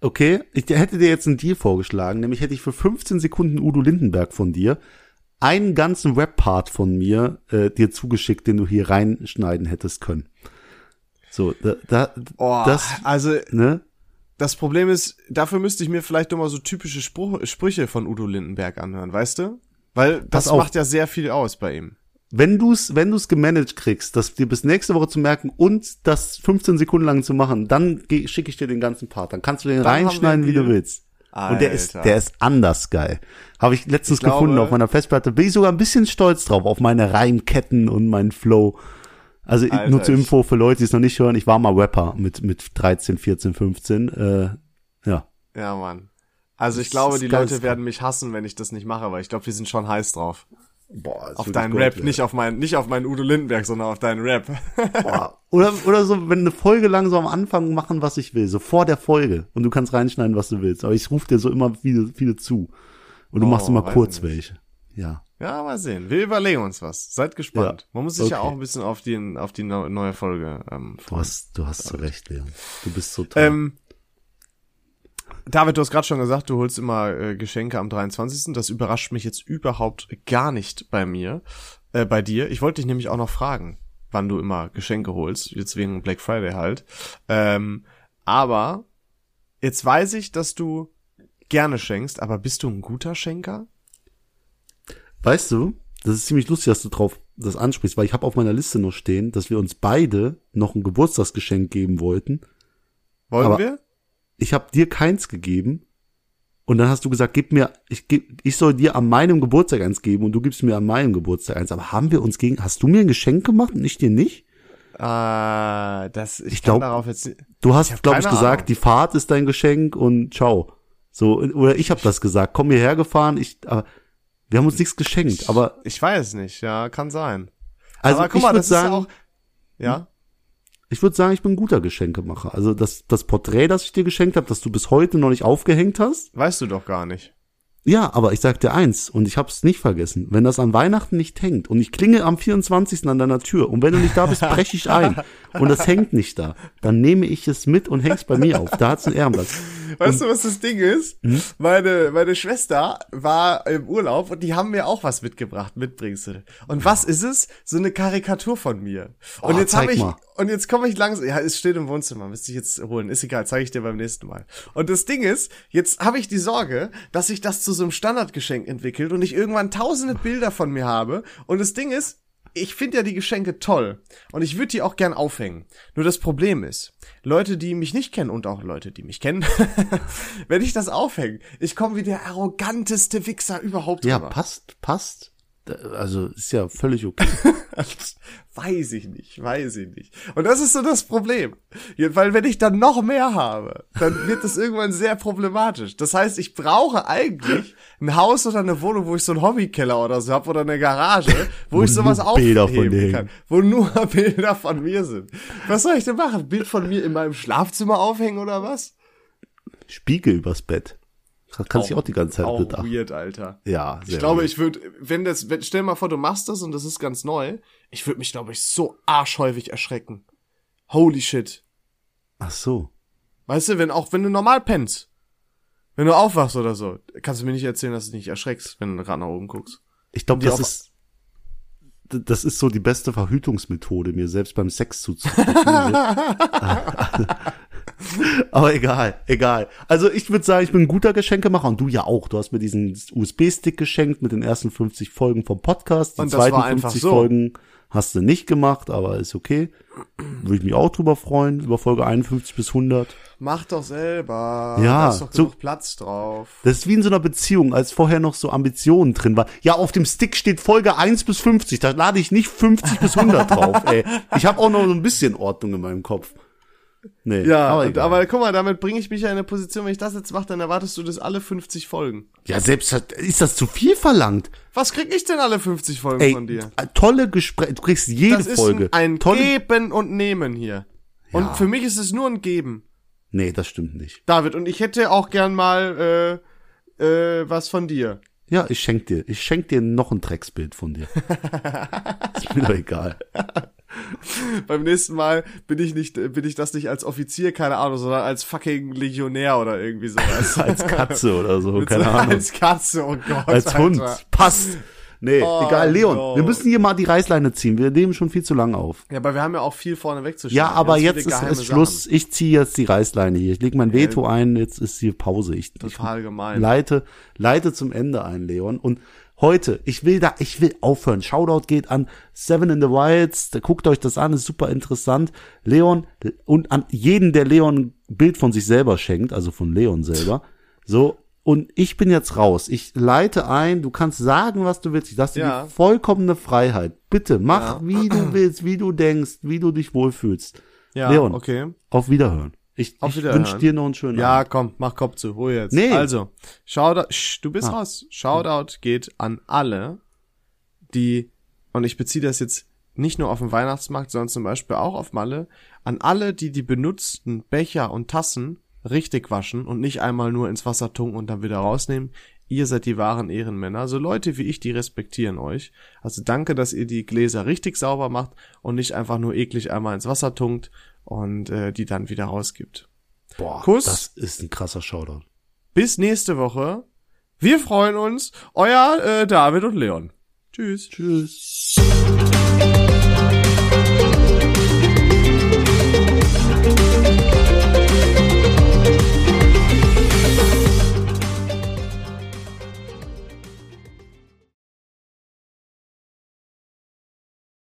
Speaker 2: Okay, ich hätte dir jetzt einen Deal vorgeschlagen, nämlich hätte ich für 15 Sekunden Udo Lindenberg von dir einen ganzen Rap-Part von mir äh, dir zugeschickt, den du hier reinschneiden hättest können. So, da, da
Speaker 3: Oh,
Speaker 2: das,
Speaker 3: also
Speaker 2: ne?
Speaker 3: das Problem ist, dafür müsste ich mir vielleicht nochmal so typische Spruch, Sprüche von Udo Lindenberg anhören, weißt du? Weil
Speaker 2: Pass
Speaker 3: das
Speaker 2: auf.
Speaker 3: macht ja sehr viel aus bei ihm.
Speaker 2: Wenn du's, wenn du's gemanagt kriegst, das dir bis nächste Woche zu merken und das 15 Sekunden lang zu machen, dann ge- schicke ich dir den ganzen Part. Dann kannst du den
Speaker 3: haben wir
Speaker 2: reinschneiden, wie du
Speaker 3: einen Deal.
Speaker 2: willst. Und der ist,
Speaker 3: Alter.
Speaker 2: der ist anders geil. Habe ich letztens
Speaker 3: glaube-
Speaker 2: gefunden auf meiner Festplatte. Bin ich sogar ein bisschen stolz drauf, auf meine Reimketten und meinen Flow. Also
Speaker 3: Alter,
Speaker 2: nur zur
Speaker 3: ich-
Speaker 2: Info für Leute, die es noch nicht hören, ich war mal Rapper mit, mit 13, 14, 15. Äh, ja.
Speaker 3: Ja, Mann. Also ich
Speaker 2: Das
Speaker 3: glaube,
Speaker 2: ist
Speaker 3: die
Speaker 2: ganz
Speaker 3: Leute
Speaker 2: krank.
Speaker 3: werden mich hassen, wenn ich das nicht mache, weil ich glaube, die sind schon heiß drauf.
Speaker 2: Boah,
Speaker 3: Auf deinen Rap, nicht auf meinen, nicht auf meinen Udo Lindenberg, sondern auf deinen Rap.
Speaker 2: Boah. Oder, oder so, wenn eine Folge lang so am Anfang machen, was ich will, so vor der Folge. Und du kannst reinschneiden, was du willst. Aber ich rufe dir so immer viele, viele zu. Und du
Speaker 3: Oh,
Speaker 2: machst immer
Speaker 3: weiß
Speaker 2: kurz
Speaker 3: nicht.
Speaker 2: welche. Ja.
Speaker 3: ja, mal sehen. Wir überlegen uns was. Seid gespannt.
Speaker 2: Ja,
Speaker 3: Man muss sich ja
Speaker 2: okay.
Speaker 3: auch ein bisschen auf die, auf die neu- neue Folge ähm,
Speaker 2: Du hast, du hast zu Recht, Leon. Du bist so toll.
Speaker 3: Ähm, David, du hast gerade schon gesagt, du holst immer äh, Geschenke am 23. Das überrascht mich jetzt überhaupt gar nicht bei mir, äh, bei dir. Ich wollte dich nämlich auch noch fragen, wann du immer Geschenke holst, jetzt wegen Black Friday halt. Ähm, aber jetzt weiß ich, dass du gerne schenkst, aber bist du ein guter Schenker?
Speaker 2: Weißt du, das ist ziemlich lustig, dass du drauf das ansprichst, weil ich habe auf meiner Liste noch stehen, dass wir uns beide noch ein Geburtstagsgeschenk geben wollten.
Speaker 3: Wollen
Speaker 2: Aber-
Speaker 3: wir?
Speaker 2: Ich habe dir keins gegeben und dann hast du gesagt, gib mir, ich geb, ich soll dir an meinem Geburtstag eins geben und du gibst mir an meinem Geburtstag eins. Aber haben wir uns gegen, hast du mir ein Geschenk gemacht und ich dir nicht?
Speaker 3: Äh, das, ich,
Speaker 2: Ich
Speaker 3: kann
Speaker 2: glaub-
Speaker 3: darauf jetzt nicht.
Speaker 2: Du hast,
Speaker 3: hab
Speaker 2: glaube ich,
Speaker 3: keine
Speaker 2: gesagt,
Speaker 3: Ahnung.
Speaker 2: die Fahrt ist dein Geschenk und ciao. So oder ich habe das gesagt, komm hierher gefahren. Ich, aber wir haben uns nichts geschenkt. Aber
Speaker 3: Ich weiß nicht, ja, kann sein.
Speaker 2: also
Speaker 3: aber guck
Speaker 2: ich
Speaker 3: mal,
Speaker 2: würde
Speaker 3: das
Speaker 2: sagen,
Speaker 3: ist ja auch. Ja?
Speaker 2: Ich würde sagen, ich bin ein guter Geschenkemacher. Also das, das Porträt, das ich dir geschenkt habe, das du bis heute noch nicht aufgehängt hast.
Speaker 3: Weißt du doch gar nicht.
Speaker 2: Ja, aber ich sag dir eins und ich hab's nicht vergessen. Wenn das an Weihnachten nicht hängt und ich klinge am 24. an deiner Tür und wenn du nicht da bist, breche ich ein und das hängt nicht da, dann nehme ich es mit und häng's bei mir auf. Da hat's einen Ehrenplatz.
Speaker 3: Weißt du, was das Ding ist?
Speaker 2: Hm?
Speaker 3: Meine, meine Schwester war im Urlaub und die haben mir auch was mitgebracht, Mitbringsel. Und was ist es? So eine Karikatur von mir. Und
Speaker 2: Oh,
Speaker 3: jetzt habe
Speaker 2: zeig
Speaker 3: ich,
Speaker 2: mal.
Speaker 3: und jetzt komme ich langsam, ja, es steht im Wohnzimmer, müsste ich jetzt holen, ist egal, zeige ich dir beim nächsten Mal. Und das Ding ist, jetzt habe ich die Sorge, dass sich das zu so einem Standardgeschenk entwickelt und ich irgendwann tausende Bilder von mir habe. Und das Ding ist, ich finde ja die Geschenke toll und ich würde die auch gern aufhängen. Nur das Problem ist, Leute, die mich nicht kennen und auch Leute, die mich kennen, wenn ich das aufhänge, ich komme wie der arroganteste Wichser überhaupt
Speaker 2: Ja,
Speaker 3: rüber.
Speaker 2: passt, passt. Da- Also ist ja völlig okay.
Speaker 3: Weiß ich nicht, weiß ich nicht. Und das ist so das Problem. Ja, Weil wenn ich dann noch mehr habe, dann wird das irgendwann sehr problematisch. Das heißt, ich brauche eigentlich ein Haus oder eine Wohnung, wo ich so einen Hobbykeller oder so habe oder eine Garage, wo, ich sowas
Speaker 2: nur Bilder von dir
Speaker 3: aufheben
Speaker 2: hängen.
Speaker 3: kann. Wo nur Bilder von mir sind. Was soll ich denn machen? Ein Bild von mir in meinem Schlafzimmer aufhängen oder was?
Speaker 2: Spiegel übers Bett. Das kannst du auch die ganze Zeit
Speaker 3: Auch
Speaker 2: bedachten.
Speaker 3: weird, Alter.
Speaker 2: Ja, sehr
Speaker 3: Ich glaube,
Speaker 2: gut.
Speaker 3: ich würde, wenn das, wenn, stell mal vor, du machst das und das ist ganz neu, ich würde mich, glaube ich, so arschhäufig erschrecken. Holy shit.
Speaker 2: Ach so.
Speaker 3: Weißt du, wenn auch, wenn du normal pennst, wenn du aufwachst oder so, kannst du mir nicht erzählen, dass du dich nicht erschreckst, wenn du gerade nach oben guckst.
Speaker 2: Ich glaube,
Speaker 3: Die
Speaker 2: das
Speaker 3: auch-
Speaker 2: ist d- das ist so die beste Verhütungsmethode, mir selbst beim Sex zuzuschauen. Aber egal, egal. Also ich würde sagen, ich bin ein guter Geschenkemacher und du ja auch. Du hast mir diesen USB-Stick geschenkt mit den ersten 50 Folgen vom Podcast. Die
Speaker 3: Und das
Speaker 2: zweiten
Speaker 3: war einfach
Speaker 2: 50
Speaker 3: so.
Speaker 2: Folgen hast du nicht gemacht, aber ist okay. Würde ich mich auch drüber freuen, über Folge 51 bis 100.
Speaker 3: Mach doch selber.
Speaker 2: Ja,
Speaker 3: Da ist doch
Speaker 2: so-
Speaker 3: genug Platz drauf.
Speaker 2: Das ist wie in so einer Beziehung, als vorher noch so Ambitionen drin war. Ja, auf dem Stick steht Folge 1 bis 50, da lade ich nicht 50 bis 100 drauf, ey. Ich habe auch noch so ein bisschen Ordnung in meinem Kopf. Nee,
Speaker 3: Ja,
Speaker 2: aber,
Speaker 3: aber, und,
Speaker 2: egal.
Speaker 3: aber guck mal, damit bringe ich mich ja in eine Position, wenn ich das jetzt mache, dann erwartest du das alle 50 Folgen.
Speaker 2: ja, selbst ist das zu viel verlangt.
Speaker 3: Was krieg ich denn alle 50 Folgen
Speaker 2: Ey, äh,
Speaker 3: von dir?
Speaker 2: tolle Gespräche, du kriegst jede
Speaker 3: Das ist
Speaker 2: Folge.
Speaker 3: ein
Speaker 2: tolle
Speaker 3: Geben und Nehmen hier.
Speaker 2: Ja.
Speaker 3: Und für mich ist es nur ein Geben.
Speaker 2: Nee, das stimmt nicht.
Speaker 3: David, und ich hätte auch gern mal äh, äh, was von dir.
Speaker 2: Ja, ich schenk dir, ich schenk dir noch ein Drecksbild von dir. ist mir doch egal. Hm.
Speaker 3: Beim nächsten Mal bin ich nicht, äh, bin ich das nicht als Offizier, keine Ahnung, sondern als fucking Legionär oder irgendwie sowas.
Speaker 2: Als Katze oder so,
Speaker 3: Mit
Speaker 2: keine
Speaker 3: so-
Speaker 2: Ahnung.
Speaker 3: Als Katze, oh Gott.
Speaker 2: Als Hund.
Speaker 3: Alter.
Speaker 2: Passt. Nee,
Speaker 3: Oh,
Speaker 2: egal, Leon,
Speaker 3: no.
Speaker 2: wir müssen hier mal die Reißleine ziehen. Wir nehmen schon viel zu lange auf.
Speaker 3: Ja, aber wir haben ja auch viel vorne wegzustellen.
Speaker 2: Ja, aber
Speaker 3: Ganz viele
Speaker 2: jetzt ist,
Speaker 3: geheime
Speaker 2: ist Schluss.
Speaker 3: Sachen. Äh,
Speaker 2: Ich ziehe jetzt die Reißleine hier. Ich lege mein Veto ein. Jetzt ist hier Pause. Ich, ich
Speaker 3: Total gemein.
Speaker 2: leite, leite zum Ende ein, Leon. Und heute, ich will da, ich will aufhören. Shoutout geht an Seven in the Wilds. Da guckt euch das an, ist super interessant. Leon und an jeden, der Leon ein Bild von sich selber schenkt, also von Leon selber. So. Und ich bin jetzt raus. Ich leite ein. Du kannst sagen, was du willst. Ich lasse
Speaker 3: Ja.
Speaker 2: dir die vollkommene Freiheit. Bitte mach, wie du willst, wie du denkst, wie du dich wohlfühlst.
Speaker 3: Ja,
Speaker 2: Leon,
Speaker 3: okay.
Speaker 2: auf Wiederhören. Ich,
Speaker 3: Auf
Speaker 2: ich
Speaker 3: Wiederhören.
Speaker 2: wünsche dir noch einen schönen
Speaker 3: Ja,
Speaker 2: Abend.
Speaker 3: komm, mach Kopf zu, hol jetzt.
Speaker 2: Nee.
Speaker 3: Also, Shoutout, Sch, du bist raus. Shoutout geht an alle, die, und ich beziehe das jetzt nicht nur auf den Weihnachtsmarkt, sondern zum Beispiel auch auf Malle, an alle, die die benutzten Becher und Tassen richtig waschen und nicht einmal nur ins Wasser tunken und dann wieder rausnehmen. Ihr seid die wahren Ehrenmänner. Also Leute wie ich, die respektieren euch. Also danke, dass ihr die Gläser richtig sauber macht und nicht einfach nur eklig einmal ins Wasser tunkt und äh, die dann wieder rausgibt.
Speaker 2: Boah,
Speaker 3: Kuss.
Speaker 2: das ist ein krasser Shoutout.
Speaker 3: Bis nächste Woche. Wir freuen uns. Euer äh, David und Leon. Tschüss.
Speaker 2: Tschüss.